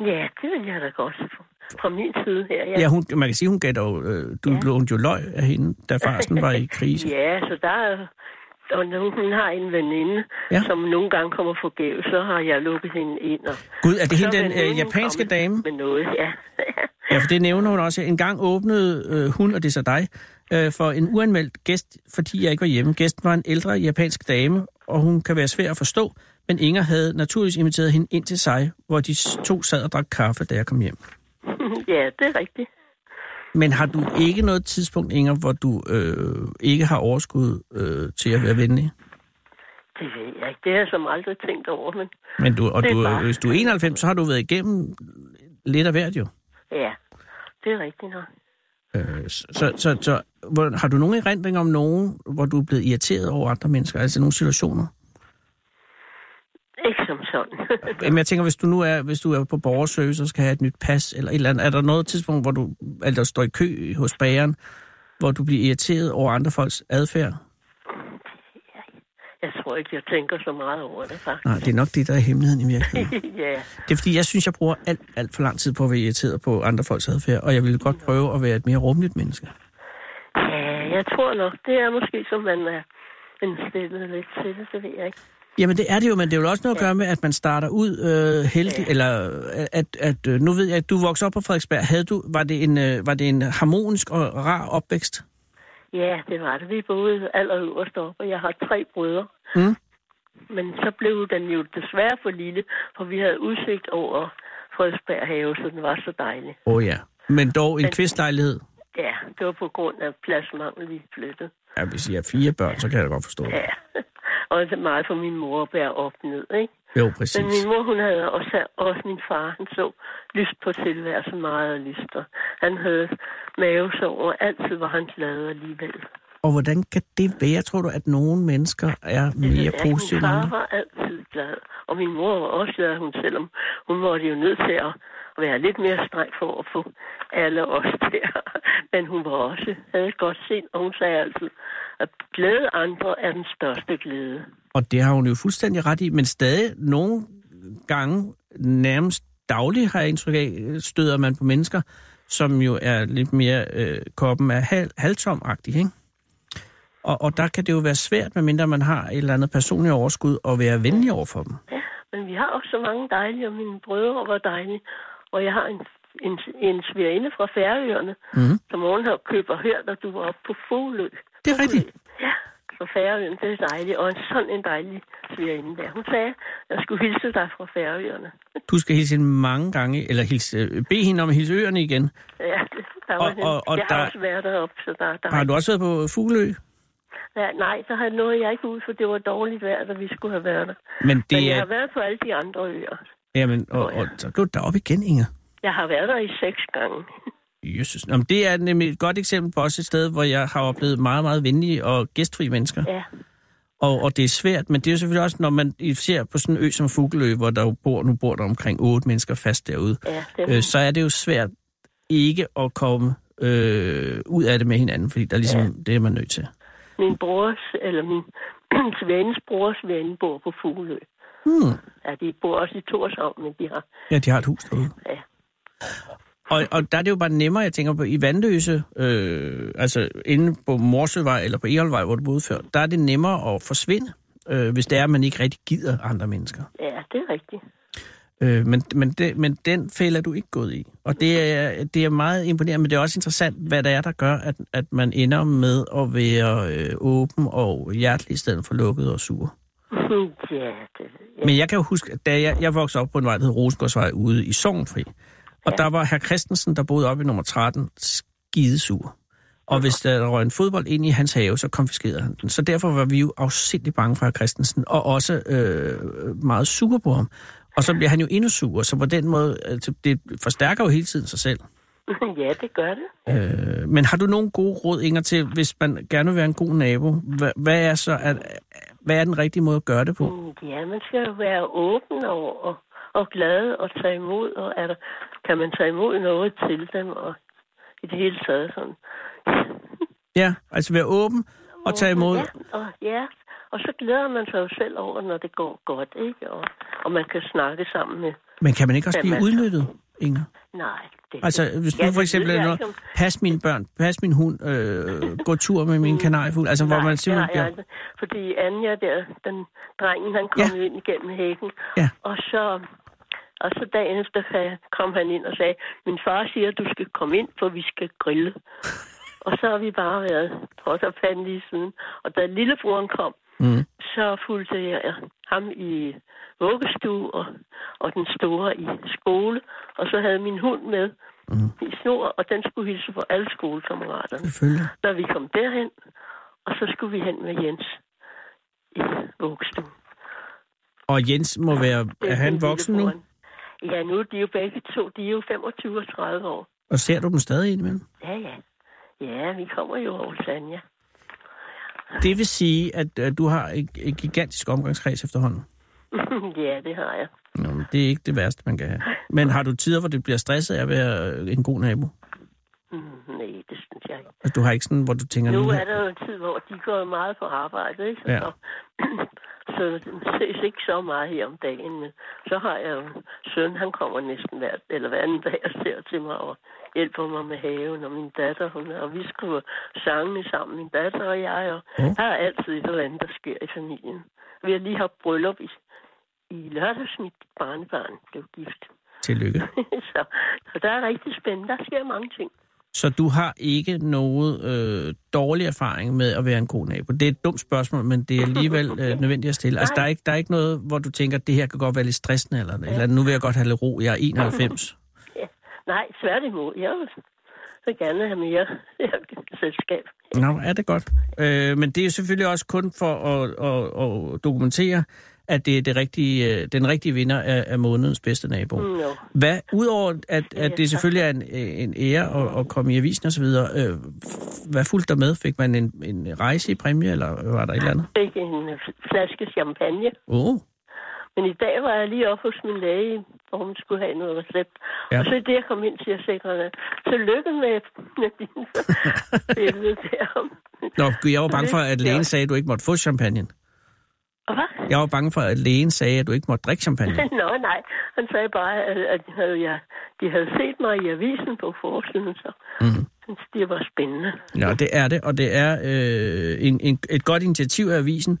ja, det vil jeg da godt fra, fra min side her. Ja, hun, man kan sige, hun gav dig jo, øh, du ja. lånte jo løg af hende, da farsen var *laughs* i krise. Ja, så der er... Og nu, hun har en veninde, Ja. ja. som nogle gange kommer forgæves, så har jeg lukket hende ind. Og Gud, er det så hende, den vil nogen øh, japanske komme dame? Med noget, ja. *laughs* Ja, for det nævner hun også. En gang åbnede øh, hun, og det er så dig, øh, for en uanmeldt gæst, fordi jeg ikke var hjemme. Gæsten var en ældre japansk dame, og hun kan være svær at forstå, men Inger havde naturligvis inviteret hende ind til sig, hvor de to sad og drak kaffe, da jeg kom hjem. ja, det er rigtigt. Men har du ikke noget tidspunkt, Inger, hvor du øh, ikke har overskud øh, til at være venlig? Det ved jeg ikke. Det har jeg som aldrig tænkt over, men Men du, og Det er du, øh, bare- hvis du er 91, så har du været igennem lidt af hvert jo. ja, det er rigtigt nok. Øh, Så, så, så, så hvor, har du nogen erindring om nogen, hvor du er blevet irriteret over andre mennesker? Altså nogle situationer? Ikke som sådan. *laughs* Jamen, jeg tænker, hvis du nu er, hvis du er på borgerservice og skal have et nyt pas, eller et eller andet, er der noget tidspunkt, hvor du altså, står i kø hos bageren, hvor du bliver irriteret over andre folks adfærd? jeg tror ikke, jeg tænker så meget over det, faktisk. Nej, det er nok det, der er hemmeligheden i virkeligheden. *laughs* *laughs* ja, Det er fordi, jeg synes, jeg bruger alt, alt for lang tid på at være irriteret på andre folks adfærd, og jeg ville godt prøve at være et mere rummeligt menneske. ja, jeg tror nok, det er måske, som man er indstillet lidt til det, det ved jeg ikke. Jamen det er det jo, men det er jo også noget at gøre med, at man starter ud øh, heldig, eller øh, at, at øh, nu ved jeg, at du voksede op på Frederiksberg. Havde du, var, det en, øh, var det en harmonisk og rar opvækst? Ja, det var det. Vi boede allerøverst op, og jeg har tre brødre. Mm. Men så blev den jo desværre for lille, for vi havde udsigt over Frederiksberg have, så den var så dejlig. Åh oh, ja. Men dog en kvistlejlighed. Ja, det var på grund af pladsmangel, vi flyttede. Ja, hvis I er fire børn, så kan jeg da godt forstå det. Ja, *laughs* og det er meget for min mor at bære op ned, ikke? Jo, Men præcis. min mor, hun havde også, også min far, han så lyst på tilværelsen meget og lyst, og han havde mavesår, og altid var han glad alligevel. Og hvordan kan det være, tror du, at nogle mennesker er mere Ja, positive end Min far andre? var altid glad, og min mor var også glad, hun selvom hun var jo nødt til at være lidt mere streng for at få alle os *laughs* der. Men hun var også, havde et godt sind, og hun sagde altid, at glæde andre er den største glæde. Og det har hun jo fuldstændig ret i, men stadig nogle gange, nærmest dagligt har jeg indtryk af, øh, støder man på mennesker, som jo er lidt mere øh, koppen af hal, halvtomagtig, ikke? Og, og der kan det jo være svært, medmindre man har et eller andet personligt overskud, at være venlig over for dem. Ja, men vi har også så mange dejlige, og mine brødre var dejlige. Og jeg har en, en, en svigerinde fra Færøerne, Mhm. mm. som hun har køber her, da du var oppe på Folø. Det er rigtigt. Ja, fra Færøerne, det er dejligt. Og en sådan en dejlig svigerinde der. Hun sagde, jeg skulle hilse dig fra Færøerne. Du skal hilse hende mange gange, eller hilse, øh, bede hende om at hilse øerne igen. Ja, det- der var Og- hende. og- og jeg der- har også været deroppe, så der, der Har du også været på Fugleø? Ja, nej, så har nåede jeg ikke ud, for det var dårligt vejr, da vi skulle have været der. Men det Men jeg er... har været på alle de andre øer. Jamen, og, og så går du derop igen, Inger. Jeg har været der i seks gange. Jesus. Nå, men det er nemlig et godt eksempel på også et sted, hvor jeg har oplevet meget, meget venlige og gæstfri mennesker. Ja, Og, og det er svært, men det er jo selvfølgelig også, når man ser på sådan en ø som Fugleø, hvor der jo bor, nu bor der omkring otte mennesker fast derude, ja, det øh, så er det jo svært ikke at komme øh, ud af det med hinanden, fordi der er ligesom, det er man nødt til. Min brors, eller min *clears throat* svens brors ven bor på Fuglø. Hmm. Ja, de bor også i Torshavn, men de har... Ja, de har et hus derude. Ja. Og, og der er det jo bare nemmere, jeg tænker på, i Vandløse, øh, altså inde på Morsøvej eller på Eholvej, hvor du boede før, der er det nemmere at forsvinde, øh, hvis det er, at man ikke rigtig gider andre mennesker. ja, det er rigtigt. Øh, men, men, det, men den fælde er du ikke gået i. Og det er, det er meget imponerende, men det er også interessant, hvad der er, der gør, at, at man ender med at være øh, åben og hjertelig i stedet for lukket og sur. ja, det, *laughs* ja. Men jeg kan jo huske, at da jeg, jeg voksede op på en vej, der hed Rosengårdsvej ude i Sognfri, og der var herr Christensen, der boede oppe i nummer 13, skidesur. Og hvis der røg en fodbold ind i hans have, så konfiskerede han den. Så derfor var vi jo afsindelig bange for herr Christensen, og også øh, meget sure på ham. Og så bliver han jo endnu sur, så på den måde, øh, det forstærker jo hele tiden sig selv. ja, det gør det. Øh, men har du nogle gode råd, Inger, til, hvis man gerne vil være en god nabo? Hvad, hvad, er, så, at, hvad er den rigtige måde at gøre det på? Mm, Ja, man skal jo være åben og, og, og glad og tage imod, og er der, kan man tage imod noget til dem, og i det hele taget sådan. Ja, altså være åben og tage imod. Ja, og, ja, og så glæder man sig jo selv over, når det går godt, ikke? Og, og man kan snakke sammen med Men kan man ikke også Ja, blive men- udnyttet, Inger? Nej. Det, Altså, hvis Ja, du for det eksempel ved jeg er ikke, om- pas mine børn, pas min hund, øh, gå tur med min kanariefugl, altså hvor Nej, man det simpelthen har jeg bliver... aldrig. Fordi Anja der, den drengen, han kom ja. ind igennem hækken. Ja. Og så, og så dagen efter fa- kom han ind og sagde, min far siger, at du skal komme ind, for vi skal grille. og så har vi bare været på og fanden lige siden. Og da lillebroren kom, Mm. så fulgte jeg ham i vuggestue og, og den store i skole. Og så havde min hund med mm. i snor, og den skulle hilse på alle skolekammeraterne. Selvfølgelig. Da vi kom derhen, og så skulle vi hen med Jens i vuggestuen. Og Jens må være... Det Er han min voksen nu? lillebror. Ja, nu er de jo begge to, de er jo 25 og 30 år. Og ser du dem stadig indimellem? Ja, ja. Ja, vi kommer jo over til Anja. Det vil sige, at øh, du har en en gigantisk omgangskreds efterhånden. *laughs* ja, det har jeg. Nå, men det er ikke det værste, man kan have. Men har du tider, hvor det bliver stresset af at være øh, en god nabo? Mm, nej, det synes jeg ikke. Altså, du har ikke sådan, hvor du tænker... Nu her- er der jo en tid, hvor de går meget på arbejde, ikke? Så, *clears throat* Ja. ja. så ses ikke så meget her om dagen, men så har jeg jo en søn, han kommer næsten hver, eller hver anden dag og ser til mig og hjælper mig med haven, og min datter, hun er, og vi skriver sangene sammen, min datter og jeg, og Åh. der er altid et eller andet, der sker i familien. Vi har lige haft bryllup i, i lørdags, mit barnebarn blev gift. *laughs* Tillykke. så, så der er rigtig spændende, der sker mange ting. Så du har ikke noget øh, dårlig erfaring med at være en god nabo? Det er et dumt spørgsmål, men det er alligevel øh, nødvendigt at stille. Altså, der er, ikke, der er ikke noget, hvor du tænker, at det her kan godt være lidt stressende, eller, eller andet. nu vil jeg godt have lidt ro, jeg er 91. Nej, tværtimod. Jeg vil så gerne have mere selskab. Nå, er det godt. Øh, men det er jo selvfølgelig også kun for at, at, at dokumentere, at det er det rigtige, øh, den rigtige vinder af, af månedens bedste nabo. Mm. No. Hvad, udover at, at det selvfølgelig er en, en ære at, at komme i avisen osv., øh, hvad fulgte der med? Fik man en, en rejse i præmie, eller var der et eller andet? Fik en flaske champagne. Åh, oh, Men i dag var jeg lige oppe hos min læge, hvor hun skulle have noget recept. Ja. Ja. Og så det, jeg kom ind til at sikre dig. Tillykke med, med *laughs* din billede der. Nå, gud, jeg var bange for, at Ja. lægen sagde, at du ikke måtte få champagne. Og hvad? *laughs* Jeg var bange for, at lægen sagde, at du ikke måtte drikke champagne. Nå, nej. Han sagde bare, at, at de, havde, jeg, de havde set mig i avisen på forsiden, så Mhm. mm. det var spændende. Nå, det er det, og det er øh, en, en, et godt initiativ af avisen.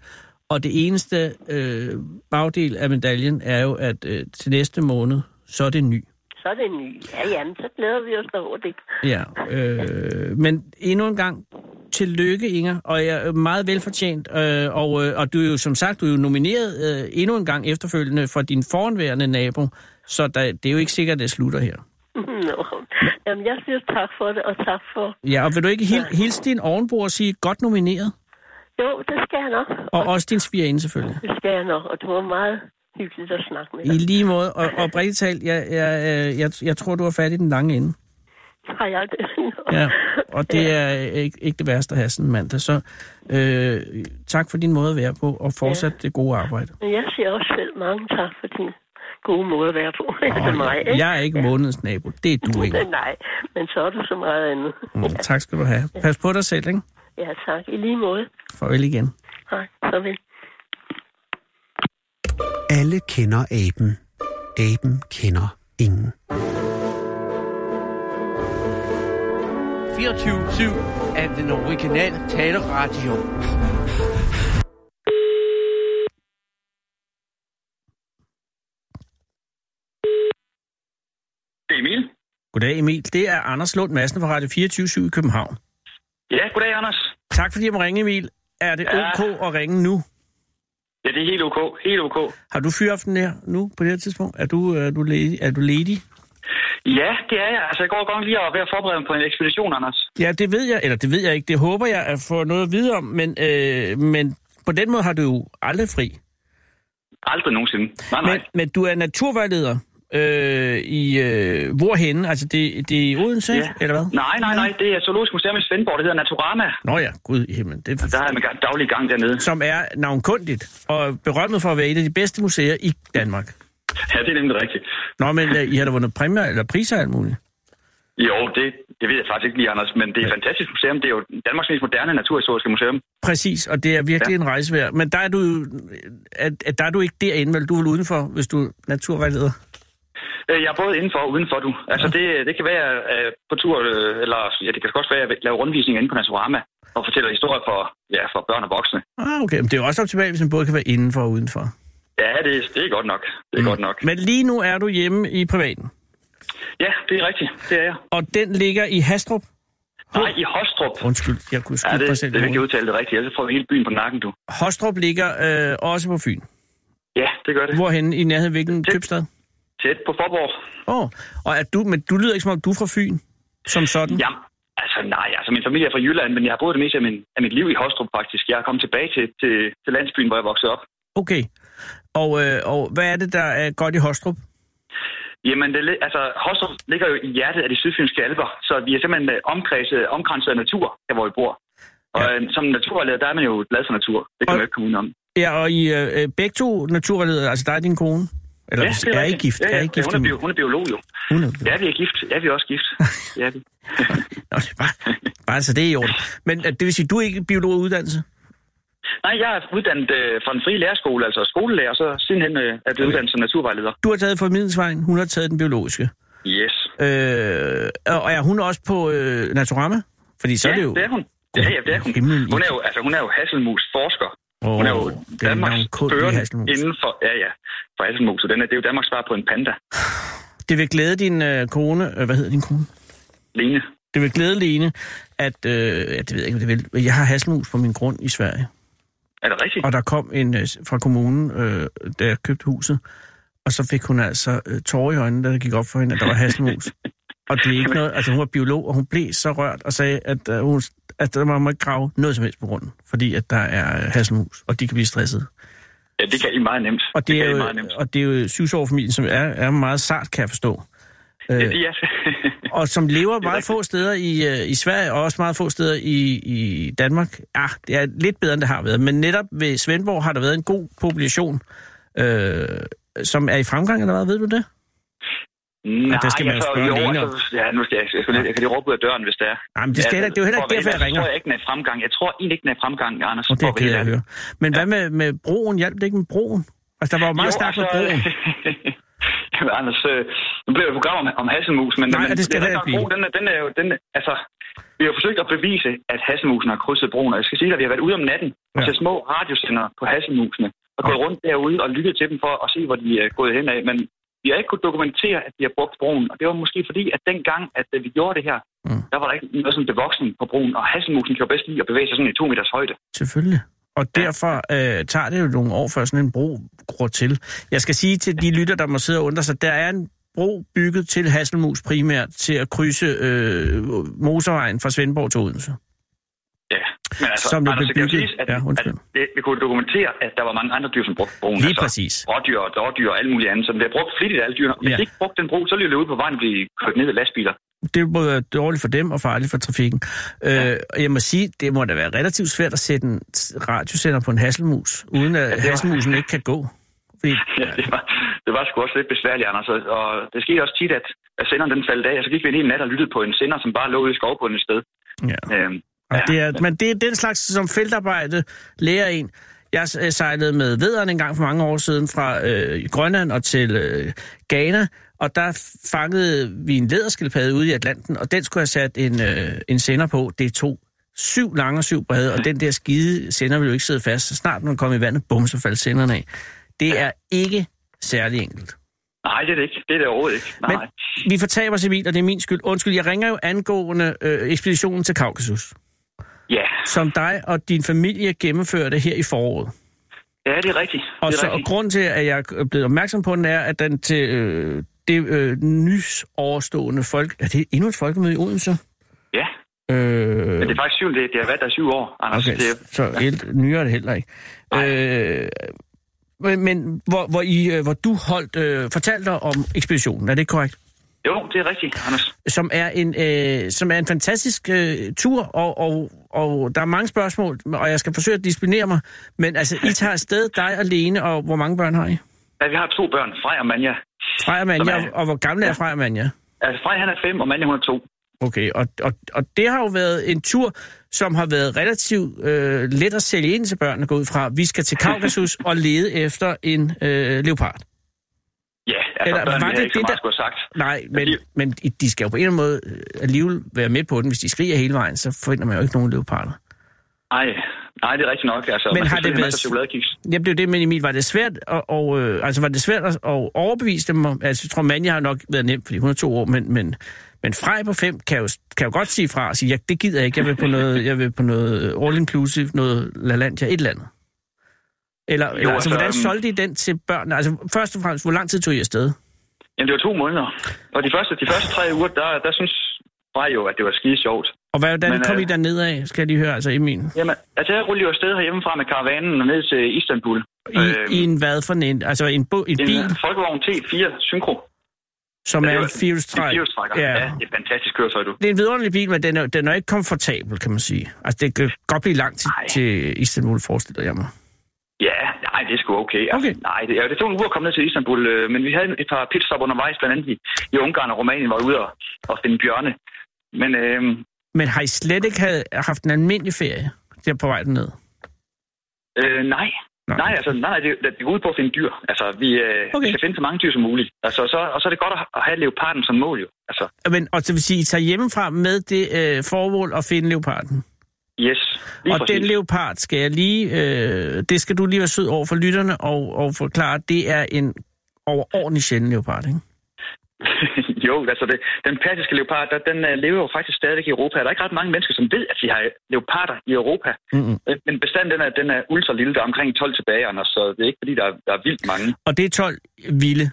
Og det eneste øh, bagdel af medaljen er jo, at øh, til næste måned, så er det ny. Så er det en ny. Ja, jamen, så glæder vi os da over det. Ja, øh, men endnu en gang, tillykke Inger, og jeg er meget velfortjent, øh, og, øh, og du er jo som sagt, du er jo nomineret øh, endnu en gang efterfølgende for din foranværende nabo, så der, det er jo ikke sikkert, at det slutter her. *laughs* Nå. Jamen, jeg siger tak for det, og tak for... Ja, og vil du ikke hil, hilse din ovenbo og sige, godt nomineret? Jo, det skal jeg nok. Og også din svigerinde selvfølgelig. Det skal jeg nok, og det var meget hyggeligt at snakke med I dig. lige måde, og oprigtigt talt, jeg, jeg, øh, jeg, jeg tror, du har fat i den lange ende. Har jeg det? *laughs* Ja, og det er øh, ikke, ikke det værste at have sådan en mandag. Så øh, tak for din måde at være på, og fortsat det gode arbejde. Men jeg siger også selv mange tak for din gode måde at være på. *laughs* Oh, Åh, mig, ikke? jeg er ikke månedens nabo. Det er du *laughs* ikke. *laughs* Nej, men så er du så meget andet. Mm, tak skal du have. Pas på dig selv, ikke? Ja, tak. I lige måde. Farvel igen. Hej, farvel. Alle kender aben. Aben kender ingen. 24-7 af den originale taleradio. Det er Emil. Goddag Emil. Det er Anders Lund Madsen fra Radio 24 i København. Ja, goddag, Anders. Tak fordi jeg må ringe, Emil. Er det Ja. ok at ringe nu? Ja, det er helt ok. Helt ok. Har du fyraften her nu på det her tidspunkt? Er du, øh, er du, ledig? Er du ledig? Ja, det er jeg. Altså, jeg går i gang lige og er ved at forberede mig på en ekspedition, Anders. Ja, det ved jeg, eller det ved jeg ikke. Det håber jeg at få noget at vide om, men, øh, men på den måde har du jo aldrig fri. Aldrig nogensinde. Nej, nej. Men, men du er naturvejleder øh, i øh, hvorhenne? Altså det, det er i Odense, Ja. ikke? eller hvad? Nej, nej, nej. Det er Zoologisk Museum i Svendborg. Det hedder Naturama. Nå ja, gud i himlen. Det, Der er man ga- daglig gang dernede. som er navnkundigt og berømmet for at være et af de bedste museer i Danmark. Ja, det er nemlig rigtigt. Nå, men øh, I har da vundet præmier eller priser og alt muligt. Jo, det, det ved jeg faktisk ikke lige, Anders, men det er et fantastisk museum. Det er jo Danmarks mest moderne naturhistoriske museum. Præcis, og det er virkelig ja. en rejse værd. Men der er du, jo- øh, at, at der er du ikke derinde, vel? Du er vel udenfor, hvis du er naturvejleder. Øh, Jeg er både indenfor og udenfor, du. Altså, det, det kan være øh, på tur, øh, eller ja, det kan også være, at jeg laver rundvisninger inde på Naturama og fortæller historier for, ja, for børn og voksne. Ah, okay. Men det er jo også optimalt, hvis man både kan være indenfor og udenfor. Ja, det, det er godt nok. Det er mm. godt nok. Men lige nu er du hjemme i privaten, Ja, det er rigtigt. Det er jeg. og den ligger i Hastrup. Nej, i Hostrup. Undskyld, jeg kunne Ja, skide det, mig selv. det vil i ikke hovedet. udtale det rigtigt, ellers får vi hele byen på nakken, du. Hostrup ligger øh, også på Fyn. Ja, det gør det. Hvorhen i nærheden hvilken Det- købstad? Tæt på Forborg. Åh, oh. og er du, men du lyder ikke som om du er fra Fyn, som sådan. Jamen, altså nej, altså min familie er fra Jylland, men jeg har boet det meste af, min, af mit liv i Hostrup faktisk. Jeg er kommet tilbage til, til, til landsbyen, hvor jeg voksede op. Okay. Og, øh, og hvad er det, der er godt i Hostrup? Jamen, det, li- altså, Hostrup ligger jo i hjertet af de sydfynske alber, så vi er simpelthen øh, omkredset, omkranset af natur, her hvor vi bor. Og Ja. ja. som naturleder, der er man jo glad for natur. Det kan Og- man jo ikke komme udenom. Ja, og I øh, øh, begge to naturvejledere, altså dig og din kone? Eller hvis- er I rigtigt. gift? Ja, ja. Er I gift? hun, er bio, hun er biolog jo. Hun er Ja, vi er gift. Ja, vi er også gift. Ja, vi. Nå, det er bare, bare så det er i orden. Men øh, det vil sige, du er ikke biolog af uddannelse? Nej, jeg er uddannet øh, fra en fri lærerskole, altså skolelærer, og så sidenhen øh, er jeg blevet uddannet som naturvejleder. Du har taget formidlingsvejen, hun har taget den biologiske. Yes. Øh, og og er hun også på øh, Naturama? Fordi så ja, er det jo... det er hun. Ja, ja, det er hun. Himmel i- Hun er jo, altså, hun er jo Hasselmus forsker. Åh, Hun er jo det er Danmarks navn kun i førende Hasselmus. inden for, ja, ja, for Hasselmus. Og den er, det er jo Danmarks svar på en panda, Det vil glæde din øh, kone... Øh, hvad hedder din kone? Lene. Det vil glæde Lene, at... Øh, ja, det ved jeg ikke, om det vil. Jeg har hasselmus på min grund i Sverige. Er det *laughs* rigtigt? Og der kom en øh, fra kommunen, øh, da jeg købte huset, og så fik hun altså øh, tårer i øjnene, da det gik op for hende, at der var *laughs* hasselmus. og det er ikke noget, altså hun var biolog, og hun blev så rørt og sagde, at, øh, hun, at der må ikke grave noget som helst på grunden, fordi at der er øh, hasselmus, og de kan blive stresset. Ja, det kan I meget nemt. Og det, kan er I jo, meget nemt. og det er jo syvsårfamilien, som er, er meget sart, kan jeg forstå. Ja, Øh, de er, og som lever meget rigtigt. få steder i, øh, i Sverige, og også meget få steder i, i Danmark. Ja, det er lidt bedre, end det har været. Men netop ved Svendborg har der været en god population, øh, som er i fremgang, eller hvad, ved du det? Nej, der skal man jo altså, spørge jo, Lene altså, ja, nu skal jeg, jeg, skal, lige- jeg kan lige råbe ud af døren, hvis det er. Nej, men det, skal, ja, heller- det er jo heller ikke for at derfor, jeg være ærlig, så ringer. tror jeg ikke, den er i fremgang. Jeg tror egentlig ikke, den er i fremgang, Anders. Og det for er at jeg være ked helt af at ærlig. høre. Men hvad med, med broen? Hjalp det ikke med broen? Altså, der var jo meget snak med broen. *laughs* Jamen, Anders, øh, nu bliver det et program om, om Hasselmus, men, Nej, men det skal det er ikke blive. Bro, den, er, den er jo, den, er- altså, vi har jo forsøgt at bevise, at Hasselmusen har krydset broen, og jeg skal sige dig, at vi har været ude om natten og Ja. ja. små radiosender på Hasselmusene, og gået rundt derude og lyttet til dem for at se, hvor de øh, er gået hen af, men vi har ikke kunnet dokumentere, at de har brugt broen, og det var måske fordi, at dengang, at øh, vi gjorde det her, Mm. mm. der var der ikke noget som bevoksning på broen, og Hasselmusen kan jo bedst lide at bevæge sig sådan i to meters højde. Selvfølgelig. Og derfor øh, tager det jo nogle år, før sådan en bro gror til. Jeg skal sige til de lytter, der må sidde og undre sig, der er en bro bygget til Hasselmus primært til at krydse øh, motorvejen fra Svendborg til Odense. Ja, men altså, Som som blev Anders, det kan jo bebygget. siges, at, Ja, ja, undskyld. at det, vi kunne dokumentere, at der var mange andre dyr, som brugte broen. Lige altså, præcis. Rådyr og dårdyr og alt muligt andet, så den bliver brugt flittigt af alle dyr. Hvis Ja. ja. ikke brugte den bro, så ville det ude på vejen blive kørt ned af lastbiler. Det er både dårligt for dem og farligt for trafikken. Ja. Øh, og jeg må sige, det må da være relativt svært at sætte en radiosender på en hasselmus, uden at ja, var- hasselmusen ikke kan gå. Fordi, Ja, *laughs* det, var, det var sgu også lidt besværligt, Anders. Og, og det skete også tit, at, at senderen den faldt af, og så gik vi en hel nat og lyttede på en sender, som bare lå ude i skovbunden et sted. ja. Øhm, Og det er, men det er den slags, som feltarbejde lærer en. Jeg øh, sejlede med vederen en gang for mange år siden fra øh, Grønland og til øh, Ghana, og der fangede vi en lederskildpadde ude i Atlanten, og den skulle have sat en, øh, en sender på. Det tog syv lange og syv brede, og den der skide sender ville jo ikke sidde fast. Så snart den kom i vandet, bum, så faldt senderen af. Det er ikke særlig enkelt. nej, det er det ikke. Det er det overhovedet ikke. Nej. Men vi fortaber sig vildt, og det er min skyld. Undskyld, jeg ringer jo angående øh, ekspeditionen til Kaukasus Ja. som dig og din familie gennemførte her i foråret. ja, det er rigtigt. Og, det er så, og rigtigt. grunden til, at jeg er blevet opmærksom på den, er, at den til øh, det øh, nys overstående folk... Er det endnu et folkemøde i Odense? Ja, Øh, men det er faktisk syv, det, det har været der i syv år, Anders. okay, Altså, Det, så helt nyere er det heller ikke. Øh, men men hvor, hvor, I, øh, hvor du holdt, øh, fortalte om ekspeditionen, er det korrekt? jo, det er rigtigt, Anders. Som er en, øh, som er en fantastisk øh, tur, og, og, og der er mange spørgsmål, og jeg skal forsøge at disciplinere mig. Men altså, I tager afsted, dig og Lene, og hvor mange børn har I? Ja, vi har to børn, Frej og Manja. Freja Manja, Som er- og hvor gammel er Freja Manja? Altså, Frej han er fem, og Manja hun er to. Okay, og, og, og det har jo været en tur, som har været relativt øh, let at sælge ind til børnene gå ud fra. Vi skal til *laughs* Kaukasus og lede efter en øh, leopard. Ja, altså, Eller Eller, børn, var var det det ikke så det, meget der- der... skulle have sagt. Nej, men, men de skal jo på en eller anden måde øh, alligevel være med på den. Hvis de skriger hele vejen, så finder man jo ikke nogen leoparder. Nej, nej, det er rigtigt nok. Altså, Men man har skal det selvfølgelig have været- masser af chokoladekiks. Jamen, det er jo det, men Emil, var det svært, og, og, øh, altså, var det svært at, at overbevise dem om... Altså, jeg tror, Manja har nok været nemt, fordi hun er to år, men, men, men Frej på fem kan jo, kan jo godt sige fra og sige, jeg, det gider jeg ikke, jeg vil på noget, jeg vil på noget all-inclusive, noget LaLandia, et eller andet. Eller, jo, eller altså, altså, hvordan øhm, solgte I den til børnene? Altså, først og fremmest, hvor lang tid tog I afsted? Jamen, det var to måneder. Og de første, de første tre uger, der, der synes Frej jo, at det var skide sjovt. Og hvordan Men, men, kom øh, I dernede af, skal jeg lige høre, altså Emil? Jamen, altså, jeg rullede jo afsted herhjemmefra med karavanen og ned til Istanbul. I, i en hvad for en, altså en, bo, en øhm, en bil, Folkevogn T4 Synchro. som Ja, er det en var- firehjulstræk. Ja. ja, det er et fantastisk køretøj, du. det er en vidunderlig bil, men den er, den er ikke komfortabel, kan man sige. Altså, det kan godt blive langt til, Nej. til Istanbul, forestiller jeg mig. Ja, nej, det er sgu okay. Altså, Okay. Nej, det, ja, det tog en uge at komme ned til Istanbul, øh, men vi havde et par pitstop undervejs, blandt andet i, i Ungarn og Rumænien, var ude og, og finde bjørne. Men øh, Men har I slet ikke havde, haft en almindelig ferie der på vej ned? øh, nej, Nej. Nej, altså, nej, nej, det, det er ude på at finde dyr. Altså, vi øh, Okay. okay. skal finde så mange dyr som muligt. Altså, så, og så er det godt at, at have leoparden som mål, jo. Altså, Men, og det vil sige, I tager hjemmefra med det øh, formål at finde leoparden. yes. Lige og præcis. den leopard skal jeg lige, øh, det skal du lige være sød over for lytterne og, og forklare, det er en overordentlig sjælden leopard, ikke? *laughs* jo, altså, det, den persiske leopard, der, den øh, lever jo faktisk stadigvæk i Europa. Der er ikke ret mange mennesker, som ved, at vi har leoparder i Europa. Mm-hmm. Øh, Men bestanden, den er, den er ultra lille. Der er omkring 12 tilbage, Anders, så det er ikke, fordi der er, der er vildt mange. Og det er 12 vilde.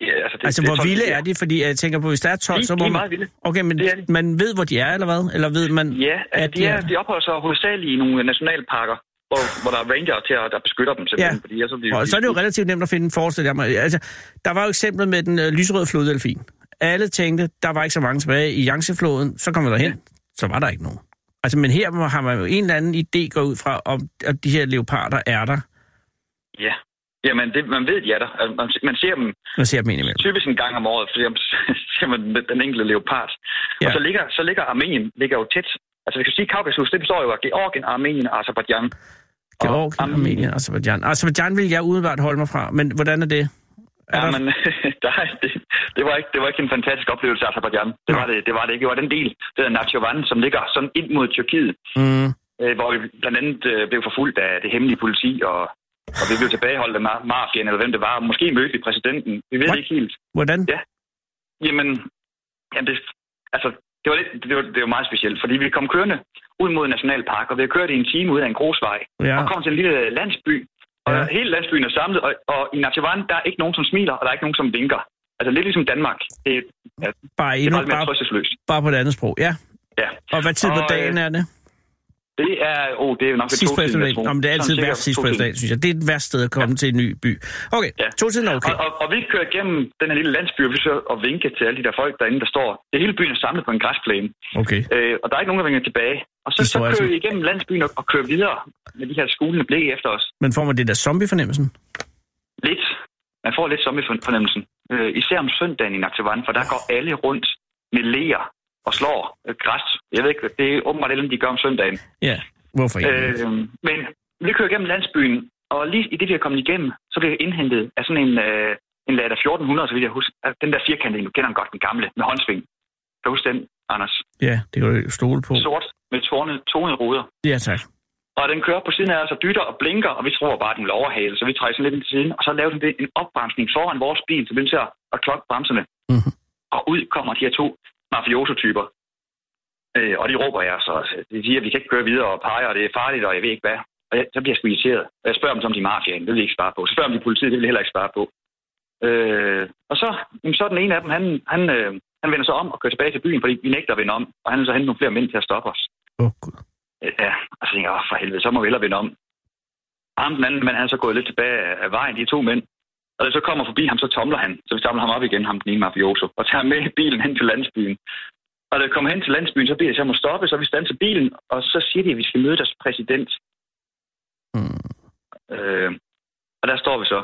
Ja, altså, det, Altså, det, hvor 12 vilde dyr. er de? Fordi jeg tænker på, hvis der er 12, De- så de må er man... meget vilde. Okay, men Det er de. man ved, hvor de er, eller hvad? Eller ved man... Ja, altså, at de, er, de er- de opholder sig hovedsageligt i nogle nationalparker, hvor, hvor der er ranger til, at, der beskytter dem simpelthen. Ja. Fordi, ellers så, bliver Og så er det jo relativt nemt at finde en forestil jeg mig. Altså, der var jo eksemplet med den øh, lyserøde floddelfin. Alle tænkte, der var ikke så mange tilbage i Yangtze-floden, så kom vi derhen, så var der ikke nogen. Altså, men her må- har man jo en eller anden idé gået ud fra, om at de her leoparder er der. Ja. Jamen, det, man ved, de er der. Altså, man, man ser dem Nu ser jeg dem indimellem. typisk en gang om året, fordi man *laughs* ser man den enkelte leopard. Ja. Og Ja. så ligger, så ligger Armenien ligger jo tæt. Altså, vi kan sige, Kaukasus, det består jo af Georgien, Armenien og Azerbaijan. Og Georgien, Armenien, Azerbaijan. Azerbaijan vil jeg udenbart holde mig fra, men hvordan er det? Er Ja, der- men *laughs* der, det, det, var ikke, det var ikke en fantastisk oplevelse af Azerbaijan. Det var det, det var det ikke. Det var den del, det hedder Nakhchivan, som ligger sådan ind mod Tyrkiet, Mm. øh, hvor vi blandt andet øh, blev forfulgt af det hemmelige politi, og, og vi blev tilbageholdt af ma- mafien, eller hvem det var. Måske mødte vi præsidenten. Vi ved What? det ikke helt. Hvordan? Ja. Jamen, jamen det, altså, det var, lidt, det, var, det var meget specielt, fordi vi kom kørende ud mod Nationalpark, og vi havde kørt i en time ud af en grusvej, Ja. og kom til en lille landsby, og Ja. ja. hele landsbyen er samlet, og, og i Natsjevan, der er ikke nogen, som smiler, og der er ikke nogen, som vinker. Altså lidt ligesom Danmark. Det, ja, Bare det er endnu, meget mere bare, trøstesløst. bare på et andet sprog. Ja. Ja. Og hvad tid på Og, øh, dagen er det? Det er, oh, det er nok ved Sidst på totiden, jeg eftermiddagen. tror. Nå, men det er Sådan altid cirka værst sidst på totiden. eftermiddagen, synes jeg. Det er et værst sted at komme til en ny by. Okay, Ja. to tiden er okay. Og, og, og vi kører igennem den her lille landsby, og vi så og vinke til alle de der folk derinde, der står. Det hele byen er samlet på en græsplæne. Okay. Øh, og der er ikke nogen, der ringer tilbage. Og så, De så står kører altså- vi igennem landsbyen og, og kører videre med de her skulende blik efter os. Men får man det der zombie-fornemmelsen? Lidt. Man får lidt zombie-fornemmelsen. Øh, især om søndagen i Naktivan, for der går alle rundt med læger og slår øh, græs. Jeg ved ikke, det er åbenbart et eller andet, de gør om søndagen. Ja. Hvorfor ikke? Øh, Øh, men vi kører igennem landsbyen, og lige i det, vi er kommet igennem, så bliver vi indhentet af sådan en, øh, en Lada 1400, så vidt jeg husker. Altså, Den der firkantede, du kender den godt, den gamle, med håndsving. Kan du huske den, Anders? ja, det kan du jo stole på. Sort med torne, tonede ruder. Ja, tak. Og den kører på siden af os og dytter og blinker, og vi tror bare, at den vil overhale, så vi trækker sådan lidt ind til siden, og så laver den det- en opbremsning foran vores bil, så vi er nødt til at- at klokke bremserne. Mhm. Og ud kommer de her to mafioso-typer. Øh, og de råber jeg så. De siger, at vi kan ikke køre videre og peger, og det er farligt, og jeg ved ikke hvad. Og jeg, så bliver jeg sgu irriteret. Og jeg spørger dem, så om de er mafiaen. Det vil de ikke svare på. Så spørger jeg, om de er politiet. Det vil de heller ikke svare på. Øh, og så, jamen, så er den ene af dem, han, han, øh, han vender sig om og kører tilbage til byen, fordi vi nægter at vende om. Og han vil så hente nogle flere mænd til at stoppe os. Åh, oh, gud. Øh, Ja, og så tænker jeg, "Åh, for helvede, så må vi hellere vende om. Ham den anden mand, han er så gået lidt tilbage af vejen, de to mænd. Og da jeg så kommer forbi ham, så tomler han. Så vi samler ham op igen, ham den ene mafioso, og tager ham med i bilen hen til landsbyen. Og da jeg kommer hen til landsbyen, så bliver jeg så må stoppe, så vi standser bilen, og så siger de, at vi skal møde deres præsident. Mm. Øh, og der står vi så.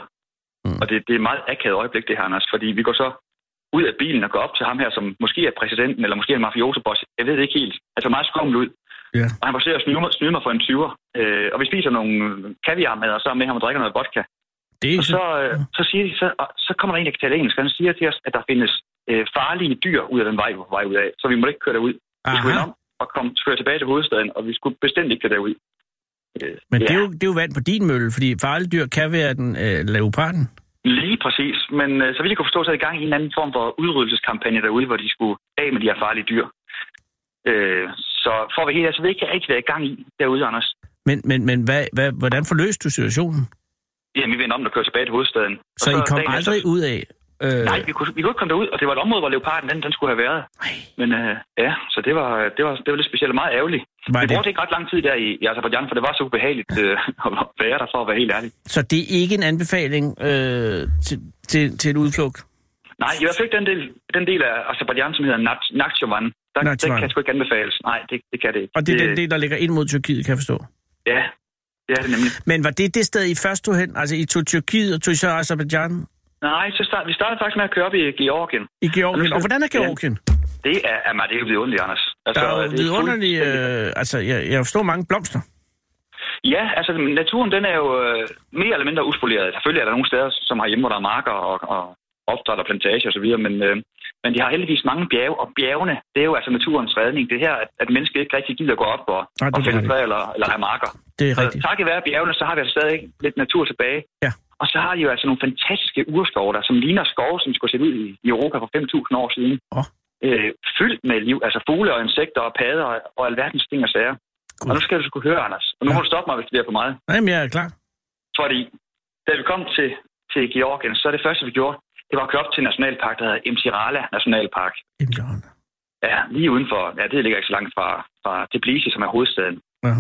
Mm. Og det, det er et meget akavet øjeblik, det her, Anders, fordi vi går så ud af bilen og går op til ham her, som måske er præsidenten, eller måske er en mafioso-boss. Jeg ved det ikke helt. Han ser meget skummel ud. Ja. Og han forsøger at snyde mig, snyde mig for en 20'er. Øh, og vi spiser nogle kaviarmad og så med ham og drikker noget vodka. Det er Og så, så... øh, så, siger de, så, og så kommer der en, der kan tale engelsk, og han siger til os, at der findes øh, farlige dyr ud af den vej, vi var på vej ud af. Så vi må ikke køre derud. Vi skulle Aha, vende om og komme køre tilbage til hovedstaden, og vi skulle bestemt ikke køre derud. Øh, men det er, jo, det er jo vand på din mølle, fordi farlige dyr kan være den øh, leoparden. Lige præcis. Men øh, så vidt jeg kunne forstå, så er det i gang i en anden form for udryddelseskampagne derude, hvor de skulle af med de her farlige dyr. Øh, så for at være helt ærlig, så ved jeg ikke rigtig, hvad jeg er i gang i derude, Anders. Men, men, men hvad, hvad, hvordan forløste du situationen? Jamen, vi vendte om og kørte tilbage til hovedstaden. Og Så I kom dagen aldrig ud af... Øh, Nej, vi kunne, vi kunne ikke komme derud, og det var et område, hvor leoparden den, den skulle have været. Ej. Men øh, ja, så det var, det, var, det var lidt specielt og meget ærgerligt. var Vi det, brugte ikke ret lang tid der i, i Azerbaijan, for det var så ubehageligt øh, *laughs* at være der, for at være helt ærlig. så det er ikke en anbefaling øh, til, til, til et udflugt? Nej, jeg fik den del, den del af Azerbaijan, som hedder Nakh- Nakhchivan. Der, den Nakhchivan. kan sgu ikke anbefales. Nej, det, det kan det ikke. Og det er Det- den del, der ligger ind mod Tyrkiet, kan jeg forstå. Ja, det er det nemlig. Men var det det sted, I først tog hen? Altså, I tog Tyrkiet og tog så Azerbaijan Nej, så start, vi startede faktisk med at køre op i Georgien. i Georgien? skal- Og hvordan er Altså, Ja. Georgien? Det er, jamen, det er jo vidunderligt, Anders. Altså, Der er jo det vidunderlige... fuldstændig- Øh, altså, jeg, jeg forstår mange blomster. Ja, altså naturen den er jo øh, mere eller mindre uspoleret. Selvfølgelig er der nogle steder, som har hjemme, hvor der er marker og, og opstart og plantager osv., men, øh, men de har heldigvis mange bjerge, og bjergene, det er jo altså naturens redning. Det er her, at, at mennesket ikke rigtig gider at gå op og, Nej, det og er fælde rigtigt. træer eller, eller have marker. Det er Så rigtigt. takket være bjergene, så har vi altså stadig lidt natur tilbage. Ja. Og så har de jo altså nogle fantastiske urskove, der som ligner skove, som skulle se ud i i Europa for 5.000 år siden. Åh. Øh, fyldt med liv, altså fugle og insekter og padder og, og alverdens ting og sager. God. Og nu skal du skulle høre, Anders. Og nu Ja. ja. må du stoppe mig, hvis det bliver for meget. Jamen, jeg er klar. Fordi da vi kom til, til Georgien, så det første, vi gjorde, det var at køre op til en nationalpark, der hedder Mtirala Nationalpark. Jamen, Jørgen. Ja, lige uden for, ja, det ligger ikke så langt fra, fra Tbilisi, som er hovedstaden. Ja.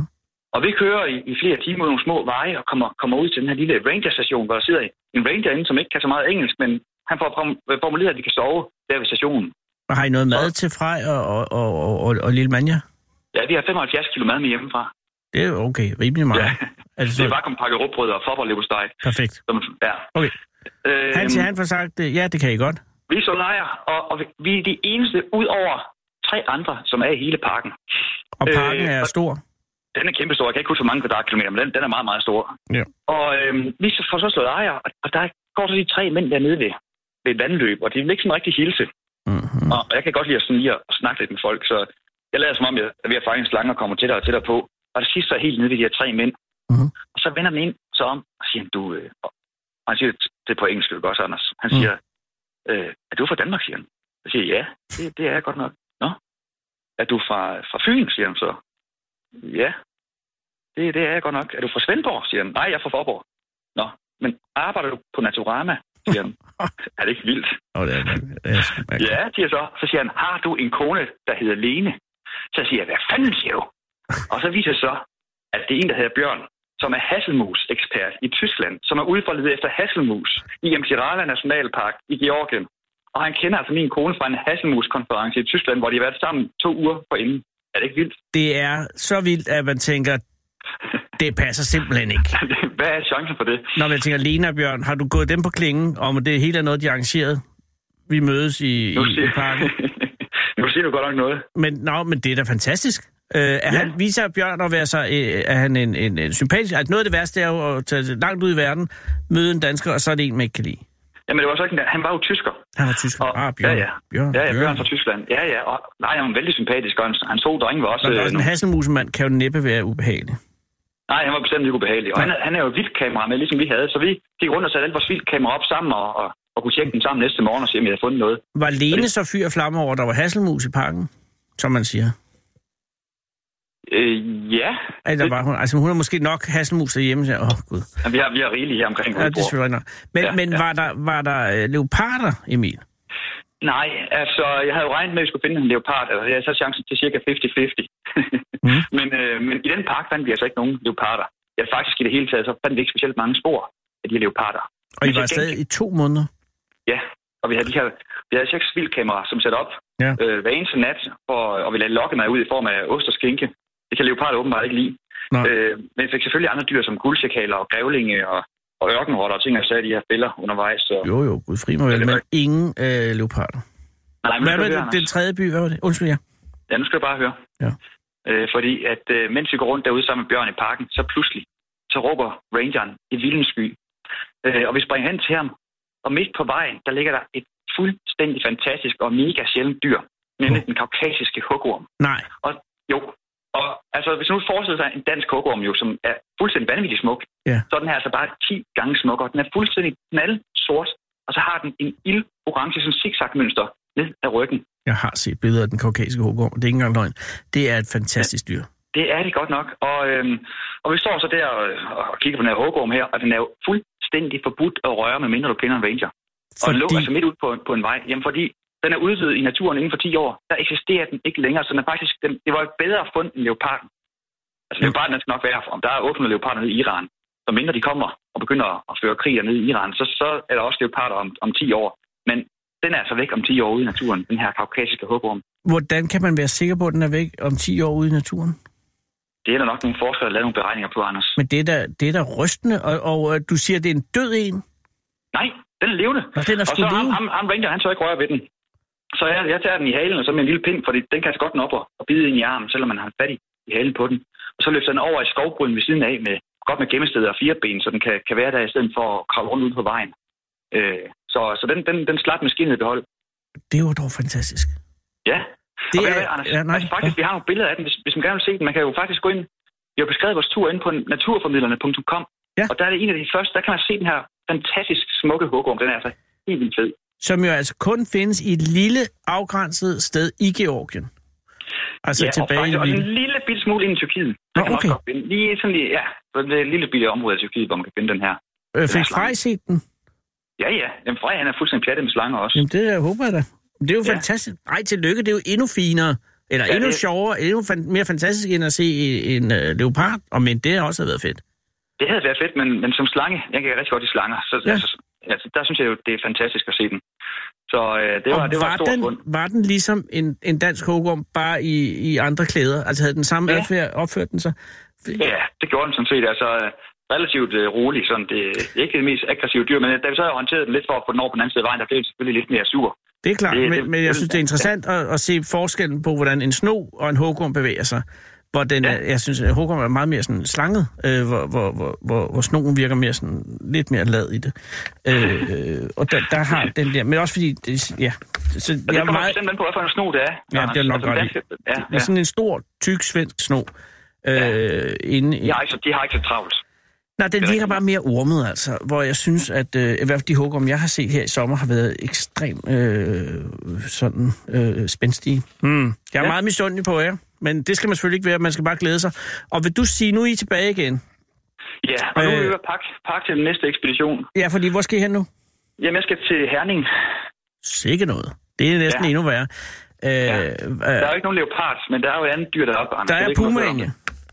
Og vi kører i, i flere timer ud nogle små veje og kommer, kommer ud til den her lille rangerstation, hvor der sidder en ranger inde, som ikke kan så meget engelsk, men han får prom- formuleret, at vi kan sove der ved stationen. Og har I noget mad til Frej og, og, og, og, og, og Lille Manja? Ja, vi har 75 kilo mad med hjemmefra. Det er jo okay. Rimelig meget. Ja. Ja. Altså, Det er bare kom pakket råbrød og forberleversteg. perfekt. Ja. Okay. Øh, Han til han får sagt, øh, ja, det kan I godt. Vi så lejer, og, og vi- vi er de eneste ud over tre andre, som er i hele parken. Og parken Øh, er og- stor. Den er kæmpestor. Jeg kan ikke huske, hvor mange kvadratkilometer, men den, den er meget, meget stor. Ja. Og øhm, vi så- får så slået ejer, og, og der går så de tre mænd dernede ved, ved et vandløb, og de vil ikke sådan rigtig hilse. Mm-hmm. Og jeg kan godt lide at, sådan lige at snakke lidt med folk, så jeg lader som om, jeg er ved at fange en slange og kommer tættere og tættere på. Og det sidste er jeg helt nede ved de her tre mænd. Mhm. Og så vender den ind så om og siger, du... Øh, og han siger det- det er på engelsk, det også, Anders. Han siger, øh, er du fra Danmark, siger han. Jeg siger, ja, det, det er jeg godt nok. Nå, er du fra, fra Fyn, siger han så. Ja, det, det er jeg godt nok. Er du fra Svendborg, siger han. Nej, jeg er fra Forborg. Nå, men arbejder du på Naturama, siger han. er det ikke vildt? Og det er, det er sgu mærkeligt. Ja, siger jeg så. Så siger han, har du en kone, der hedder Lene? Så siger jeg, hvad fanden siger du? Og så viser det så, at det er en, der hedder Bjørn, som er hasselmus-ekspert i Tyskland, som er ude for at lede efter hasselmus i Amtirala Nationalpark i Georgien. Og han kender altså min kone fra en hasselmus-konference i Tyskland, hvor de har været sammen to uger forinden. Er det ikke vildt? *laughs* Det er så vildt, at man tænker, det passer simpelthen ikke. Hvad er chancen for det? Når man tænker, Lena og Bjørn, har du gået dem på klingen, om det hele er noget, de arrangeret? Vi mødes i, i, Nu i siger, *laughs* parken. nu siger du godt nok noget. Men, no, men det er da fantastisk. Øh, er ja. han, viser Bjørn at være så, øh, er han en, en, en sympatisk... Altså noget af det værste er jo at tage langt ud i verden, møde en dansker, og så er det en, man ikke kan lide. Jamen, det var så ikke, en- han var jo tysker. Han var tysker. Og- ah, Bjørn. ja, ja. Bjørn. Ja, ja, Bjørn fra Tyskland. Ja, ja. Og, nej, han var vældig sympatisk, og hans, hans to drenge var også... Men der er øh, også en hasselmusemand kan jo næppe være ubehagelig. nej, han var bestemt ikke ubehagelig. Og han, er- han er jo et vildt kamera med, ligesom vi havde. Så vi gik rundt og satte alt vores vildt kamera op sammen, og, og, og kunne tjekke den sammen næste morgen og se, om vi havde fundet noget. Var Lene så fyr og flamme over, at der var hasselmus i parken, som man siger? Øh, ja, Eller var hun, altså hun er måske nok hasselmus derhjemme. så- Åh, oh, gud. Jamen, vi har, vi har rigeligt her omkring. hvor Ja, vi det er bor. selvfølgelig nok. Men, ja, Ja, men ja. var der, var der øh, leoparder, Emil? Nej, altså, jeg havde jo regnet med, at vi skulle finde en leopard. Altså, jeg havde chancen til cirka 50-50. Mhm. mm. *laughs* men, øh, men i den park fandt vi altså ikke nogen leoparder. Ja, faktisk i det hele taget, så fandt vi ikke specielt mange spor af de her leoparder. Og Men I til var afsted gengæld- i to måneder? Ja, og vi havde de her vi havde seks vildkameraer, som sat op Ja. ja. øh, hver eneste nat, og, og vi lagde lokkemad ud i form af ost og skinke. Det kan leoparder åbenbart ikke lide. Nej. Øh, men vi fik selvfølgelig andre dyr som guldsjakaler og grævlinge og, og ørkenrotter og ting, der sad i de her fælder undervejs. Så... Jo, jo, gud fri mig vel, Ja, det men var- ingen øh, leoparder. Nej, men nu Hvad var skal du høre, det, den Anders. tredje by? Hvad var det? Undskyld, ja. Ja, nu skal du bare høre. Ja. Øh, fordi at øh, mens vi går rundt derude sammen med Bjørn i parken, så pludselig, så råber rangeren i vildens sky. Øh, og vi springer hen til ham, og midt på vejen, der ligger der et fuldstændig fantastisk og mega sjældent dyr, nemlig den kaukasiske hugorm. Nej. Jo. Og altså, hvis nu forestiller sig en dansk hugorm jo, som er fuldstændig vanvittig smuk, Ja. så er den her altså bare 10 gange smukkere. Den er fuldstændig knald sort, og så har den en ildorange sådan zigzag-mønster ned ad ryggen. Jeg har set billeder af den kaukasiske hovedgård. Det er ikke engang løgn. Det er et fantastisk dyr. Det er det godt nok. Og, øhm, og vi står så der og, og kigger på den her hårgorm her, og den er jo fuldstændig forbudt at røre, medmindre du kender en ranger. Fordi... Og den lå Fordi altså midt ud på, på en vej. Jamen fordi den er udvidet i naturen inden for 10 år. Der eksisterer den ikke længere, så den er faktisk, den, det var et bedre fund end leoparden. Altså leoparden den skal nok være, om der er 800 leoparder nede i Iran. Så mindre de kommer og begynder at føre krig nede i Iran, så, så er der også leoparder om, om 10 år. Men den er altså væk om 10 år ude i naturen, den her kaukasiske hugorm. hvordan kan man være sikker på, at den er væk om 10 år ude i naturen? det er der nok nogle forskere, der lavede nogle beregninger på, Anders. Men det er da, det er da rystende, og, og øh, du siger, det er en død en. Nej, den er levende. Nå, den er og sgu så ham, levende. ham, ham ranger, han tør ikke røre ved den. Så jeg, jeg tager den i halen, og så med en lille pind, for den kan altså godt nå op og, og bide ind i armen, selvom man har fat i, i halen på den. Og så løfter den over i skovbryden ved siden af, med, godt med gemmesteder og fire ben, så den kan, kan være der i stedet for at kravle rundt ude på vejen. Øh, så, så den, den, den slap med skinnet i behold. Det var dog fantastisk. Ja. Det og ved du er- hvad, Anders, ja, nej. altså, faktisk, vi har nogle billeder af den, hvis, hvis man gerne vil se den. Man kan jo faktisk gå ind. Vi har beskrevet vores tur inde på naturformidlerne.com. Ja. Og der er det en af de første, der kan man se den her fantastisk smukke hugorm. Den er altså helt vildt fed. Som jo altså kun findes i et lille afgrænset sted i Georgien. Altså ja, og, tilbage i faktisk, og en Wien. lille bitte smule ind i Tyrkiet. Nå, Der kan man okay. også godt finde. Lige sådan lige, ja, på det lille bitte område i Tyrkiet, hvor man kan finde den her. Øh, den fik er slange. Frej set den? Ja, ja. Jamen, Frej, han er fuldstændig pjattet med slanger også. Jamen, det øh, håber jeg da. Det er jo ja. Ja. fantastisk. Ej, tillykke, det er jo endnu finere. Eller ja, Ja, endnu det... det- sjovere, endnu fan- mere fantastisk end at se en, en øh, leopard. Og men det har også været fedt. Det havde været fedt, men, men som slange, jeg kan rigtig godt lide slanger. Så, Ja. ja. altså, altså, der synes jeg jo, det er fantastisk at se den. Så øh, det var, og det var, var, et stort den, fund. var den ligesom en, en dansk hukum, bare i, i andre klæder? Altså havde den samme ja. Ja. adfærd, opført den sig? Ja, det gjorde den sådan set. Altså, øh, relativt øh, rolig. Sådan, det er ikke det mest aggressive dyr, men øh, da vi så havde håndteret den lidt for at få den over på den anden side af vejen, der blev den selvfølgelig lidt mere sur. Det er klart, Det- det, det- men, men jeg det- synes, det er interessant at, at se forskellen på, hvordan en sno og en hukum bevæger sig. Hvor den ja. Ja. er, jeg synes, at hukum er meget mere sådan slanget, øh, hvor, hvor, hvor, hvor, hvor snoen virker mere sådan, lidt mere lad i det. Øh, øh, og der, der har den der, men også fordi, det, ja, så Og jeg det er meget, kommer meget... simpelthen på, hvad for en sno det er. Ja, Anders. det er nok Altså, godt i. danske- Ja, ja. ja. sådan en stor, tyk svensk sno. Øh, ja. inde i, De, har ikke så, de har ikke så travlt. Nej, den Det er virker rigtigt. bare mere ormet, altså. Hvor jeg synes, at øh, i hvert fald de hukum, jeg har set her i sommer, har været ekstremt øh, sådan øh, spændstige. Mm. Jeg er ja. meget misundelig på jer, men det skal man selvfølgelig ikke være. Man skal bare glæde sig. Og vil du sige, nu er I tilbage igen? Ja, og nu er vi Øh. ved at pakke, pakke til den næste ekspedition. Ja, fordi hvor skal I hen nu? Jamen, jeg skal til Herning. Sikke noget. Det er næsten ja. Ja. endnu værre. Øh, ja. øh, Der er jo ikke nogen leopard, men der er jo et andet dyr deroppe. Anders. Der Jeg er ved ikke, hvorfor. pumaen,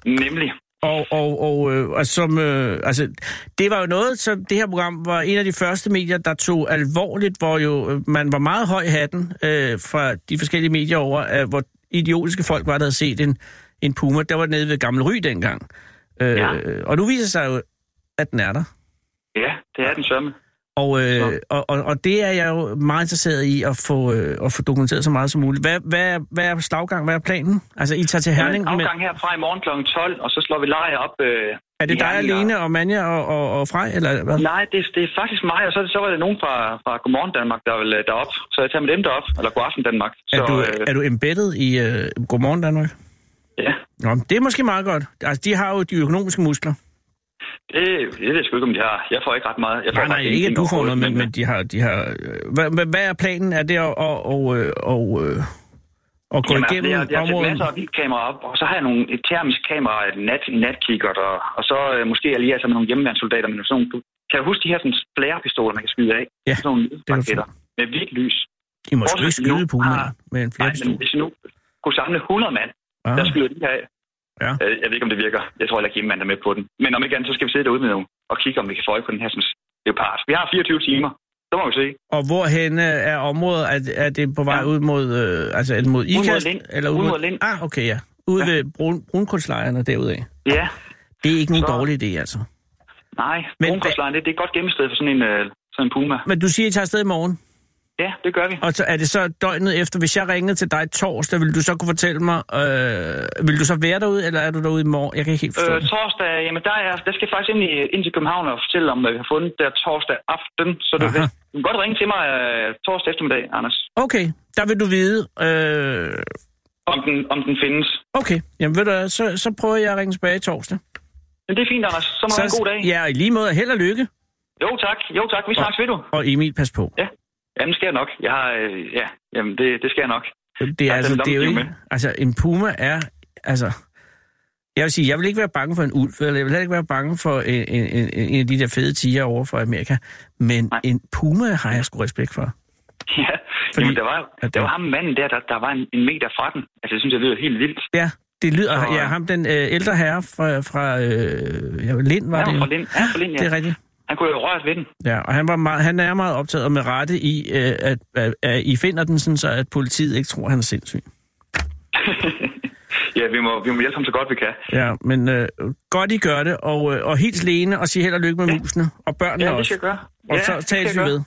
ja. Nemlig. Og, og, og, øh, og som, øh, altså, det var jo noget, som det her program var en af de første medier, der tog alvorligt, hvor jo øh, man var meget høj i hatten øh, fra de forskellige medier over, øh, hvor idiotiske folk var, der havde set en, en puma. Der var nede ved Gamle Ry dengang. Øh, ja. Ja. Og nu viser det sig jo, at den er der. Ja, det er den sømme. Og, øh, Så. og, og, og det er jeg jo meget interesseret i at få, øh, at få dokumenteret så meget som muligt. Hvad, hvad, er, hvad er slaggang? Hvad er planen? Altså, I tager til Herning, men Afgang herfra i morgen kl. 12, og så slår vi lejr op. Øh, er det i dig Herning, og- alene og Manja og, og, og Frej, eller hvad? Nej, det, det er faktisk mig, og så, så var der nogen fra, fra Godmorgen Danmark, der vil øh, derop. Så jeg tager med dem derop, eller Godaften Danmark. Så, Er du, øh, er du embedded i øh, Godmorgen Danmark? ja, Nå, men det er måske meget godt. Altså, de har jo de økonomiske muskler. det, det ved jeg sgu ikke, om de har. Jeg får ikke ret meget. Jeg får Nej, nej, faktisk ikke at ingenting du får noget, overhovedet, men, men de har... De har øh, hvad, hvad- hvad er planen? Er det at, at, at, øh, at, øh, at gå Jamen, igennem altså, jeg, jeg har sat området? masser af vildkameraer op, og så har jeg nogle, et termisk kamera, et nat, en natkikkert, og, og så øh, måske jeg lige altså med nogle hjemmeværnssoldater, men sådan nogle, du, kan du huske de her sådan flærepistoler, man kan skyde af? Ja, sådan nogle er jo raketter med hvidt lys. I må sgu ikke Vores skyde nu på mig har- med en Ah, Nej, men flerpistol. hvis jeg nu kunne samle 100 mand, Ah, der skyder de her af. Ja. Øh, Jeg ved ikke, om det virker. Jeg tror heller ikke, at er med på den. Men om ikke andet, så skal vi sidde derude med nogen og kigge, om vi kan få øje på den her sådan, leopard. Vi har 24 timer. Så må vi se. Og hvorhen er området? Er, er det på vej Ja. ud mod, øh, altså, er det mod mod Ikast? Lind. Eller Ud mod Lind. Ah, okay, ja. Ude Ja. ved brun, brunkulslejrene derudaf. Ja, Det er ikke nogen Så- dårlig idé, altså. nej. Men Men det, det er et godt gemmested for sådan en, øh, sådan en puma. Men du siger, I tager afsted i morgen? Ja, det gør vi. Og så er det så døgnet efter, hvis jeg ringede til dig torsdag, vil du så kunne fortælle mig, øh, vil du så være derude, eller er du derude i morgen? Jeg kan ikke helt forstå Øh, øh, det. torsdag, jamen der, er, der skal jeg faktisk ind, i, ind til København og fortælle om, hvad vi har fundet der torsdag aften. Så du, Aha. kan, du kan godt ringe til mig øh, torsdag eftermiddag, Anders, Okay, der vil du vide. Øh, om den, om den findes. okay, jamen ved du, hvad, så, så prøver jeg at ringe tilbage torsdag. Men det er fint, Anders. Så må du så, have en god dag. Ja, og i lige måde held og lykke. Jo tak, jo tak. Vi snakkes ved du. Og Emil, pas på. Jamen, det skal jeg nok. Jeg har, øh, ja, jamen, det, det skal jeg nok. *laughs* Det er, er altså, lidt det er jo omgivet ikke, altså, en puma er, altså, jeg vil sige, jeg vil ikke være bange for en ulv, eller jeg vil heller ikke være bange for en, en, en, en af de der fede tiger over fra Amerika, men Nej. Nej. en puma har jeg sgu respekt for. Ja, Fordi- Fordi, jamen, der var, at der det- var ham manden der, der, der var en, en meter fra den. Altså, jeg synes, det lyder helt vildt. Ja, det lyder, Så, så, øh, ja, ham den øh, ældre herre fra, fra øh, ja, Lind, var Ja, det jo. fra Lind. Ja, fra Lind, ja. Det er rigtigt. Han kunne jo røre ved den. Ja, og han, var meget, han er meget optaget og med rette i, øh, at, at, at I finder den, sådan så at politiet ikke tror, han er sindssyg. ja, ja, vi, må, vi må hjælpe ham så godt, vi kan. Ja, men øh, godt I gør det, og, øh, og helt lene, og sig held og lykke med ja. musene, og børnene Ja, det også. skal jeg gøre. Og ja, så det skal tales vi jeg ved. gøre.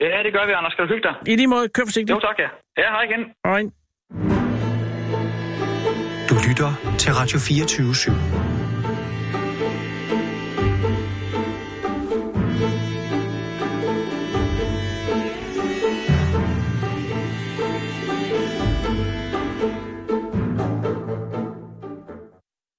Ja, det gør vi, Anders. Skal du hygge dig? I lige måde, kør forsigtigt. Jo, tak, ja. Ja, hej igen. Hej. Du lytter til Radio 24 /7.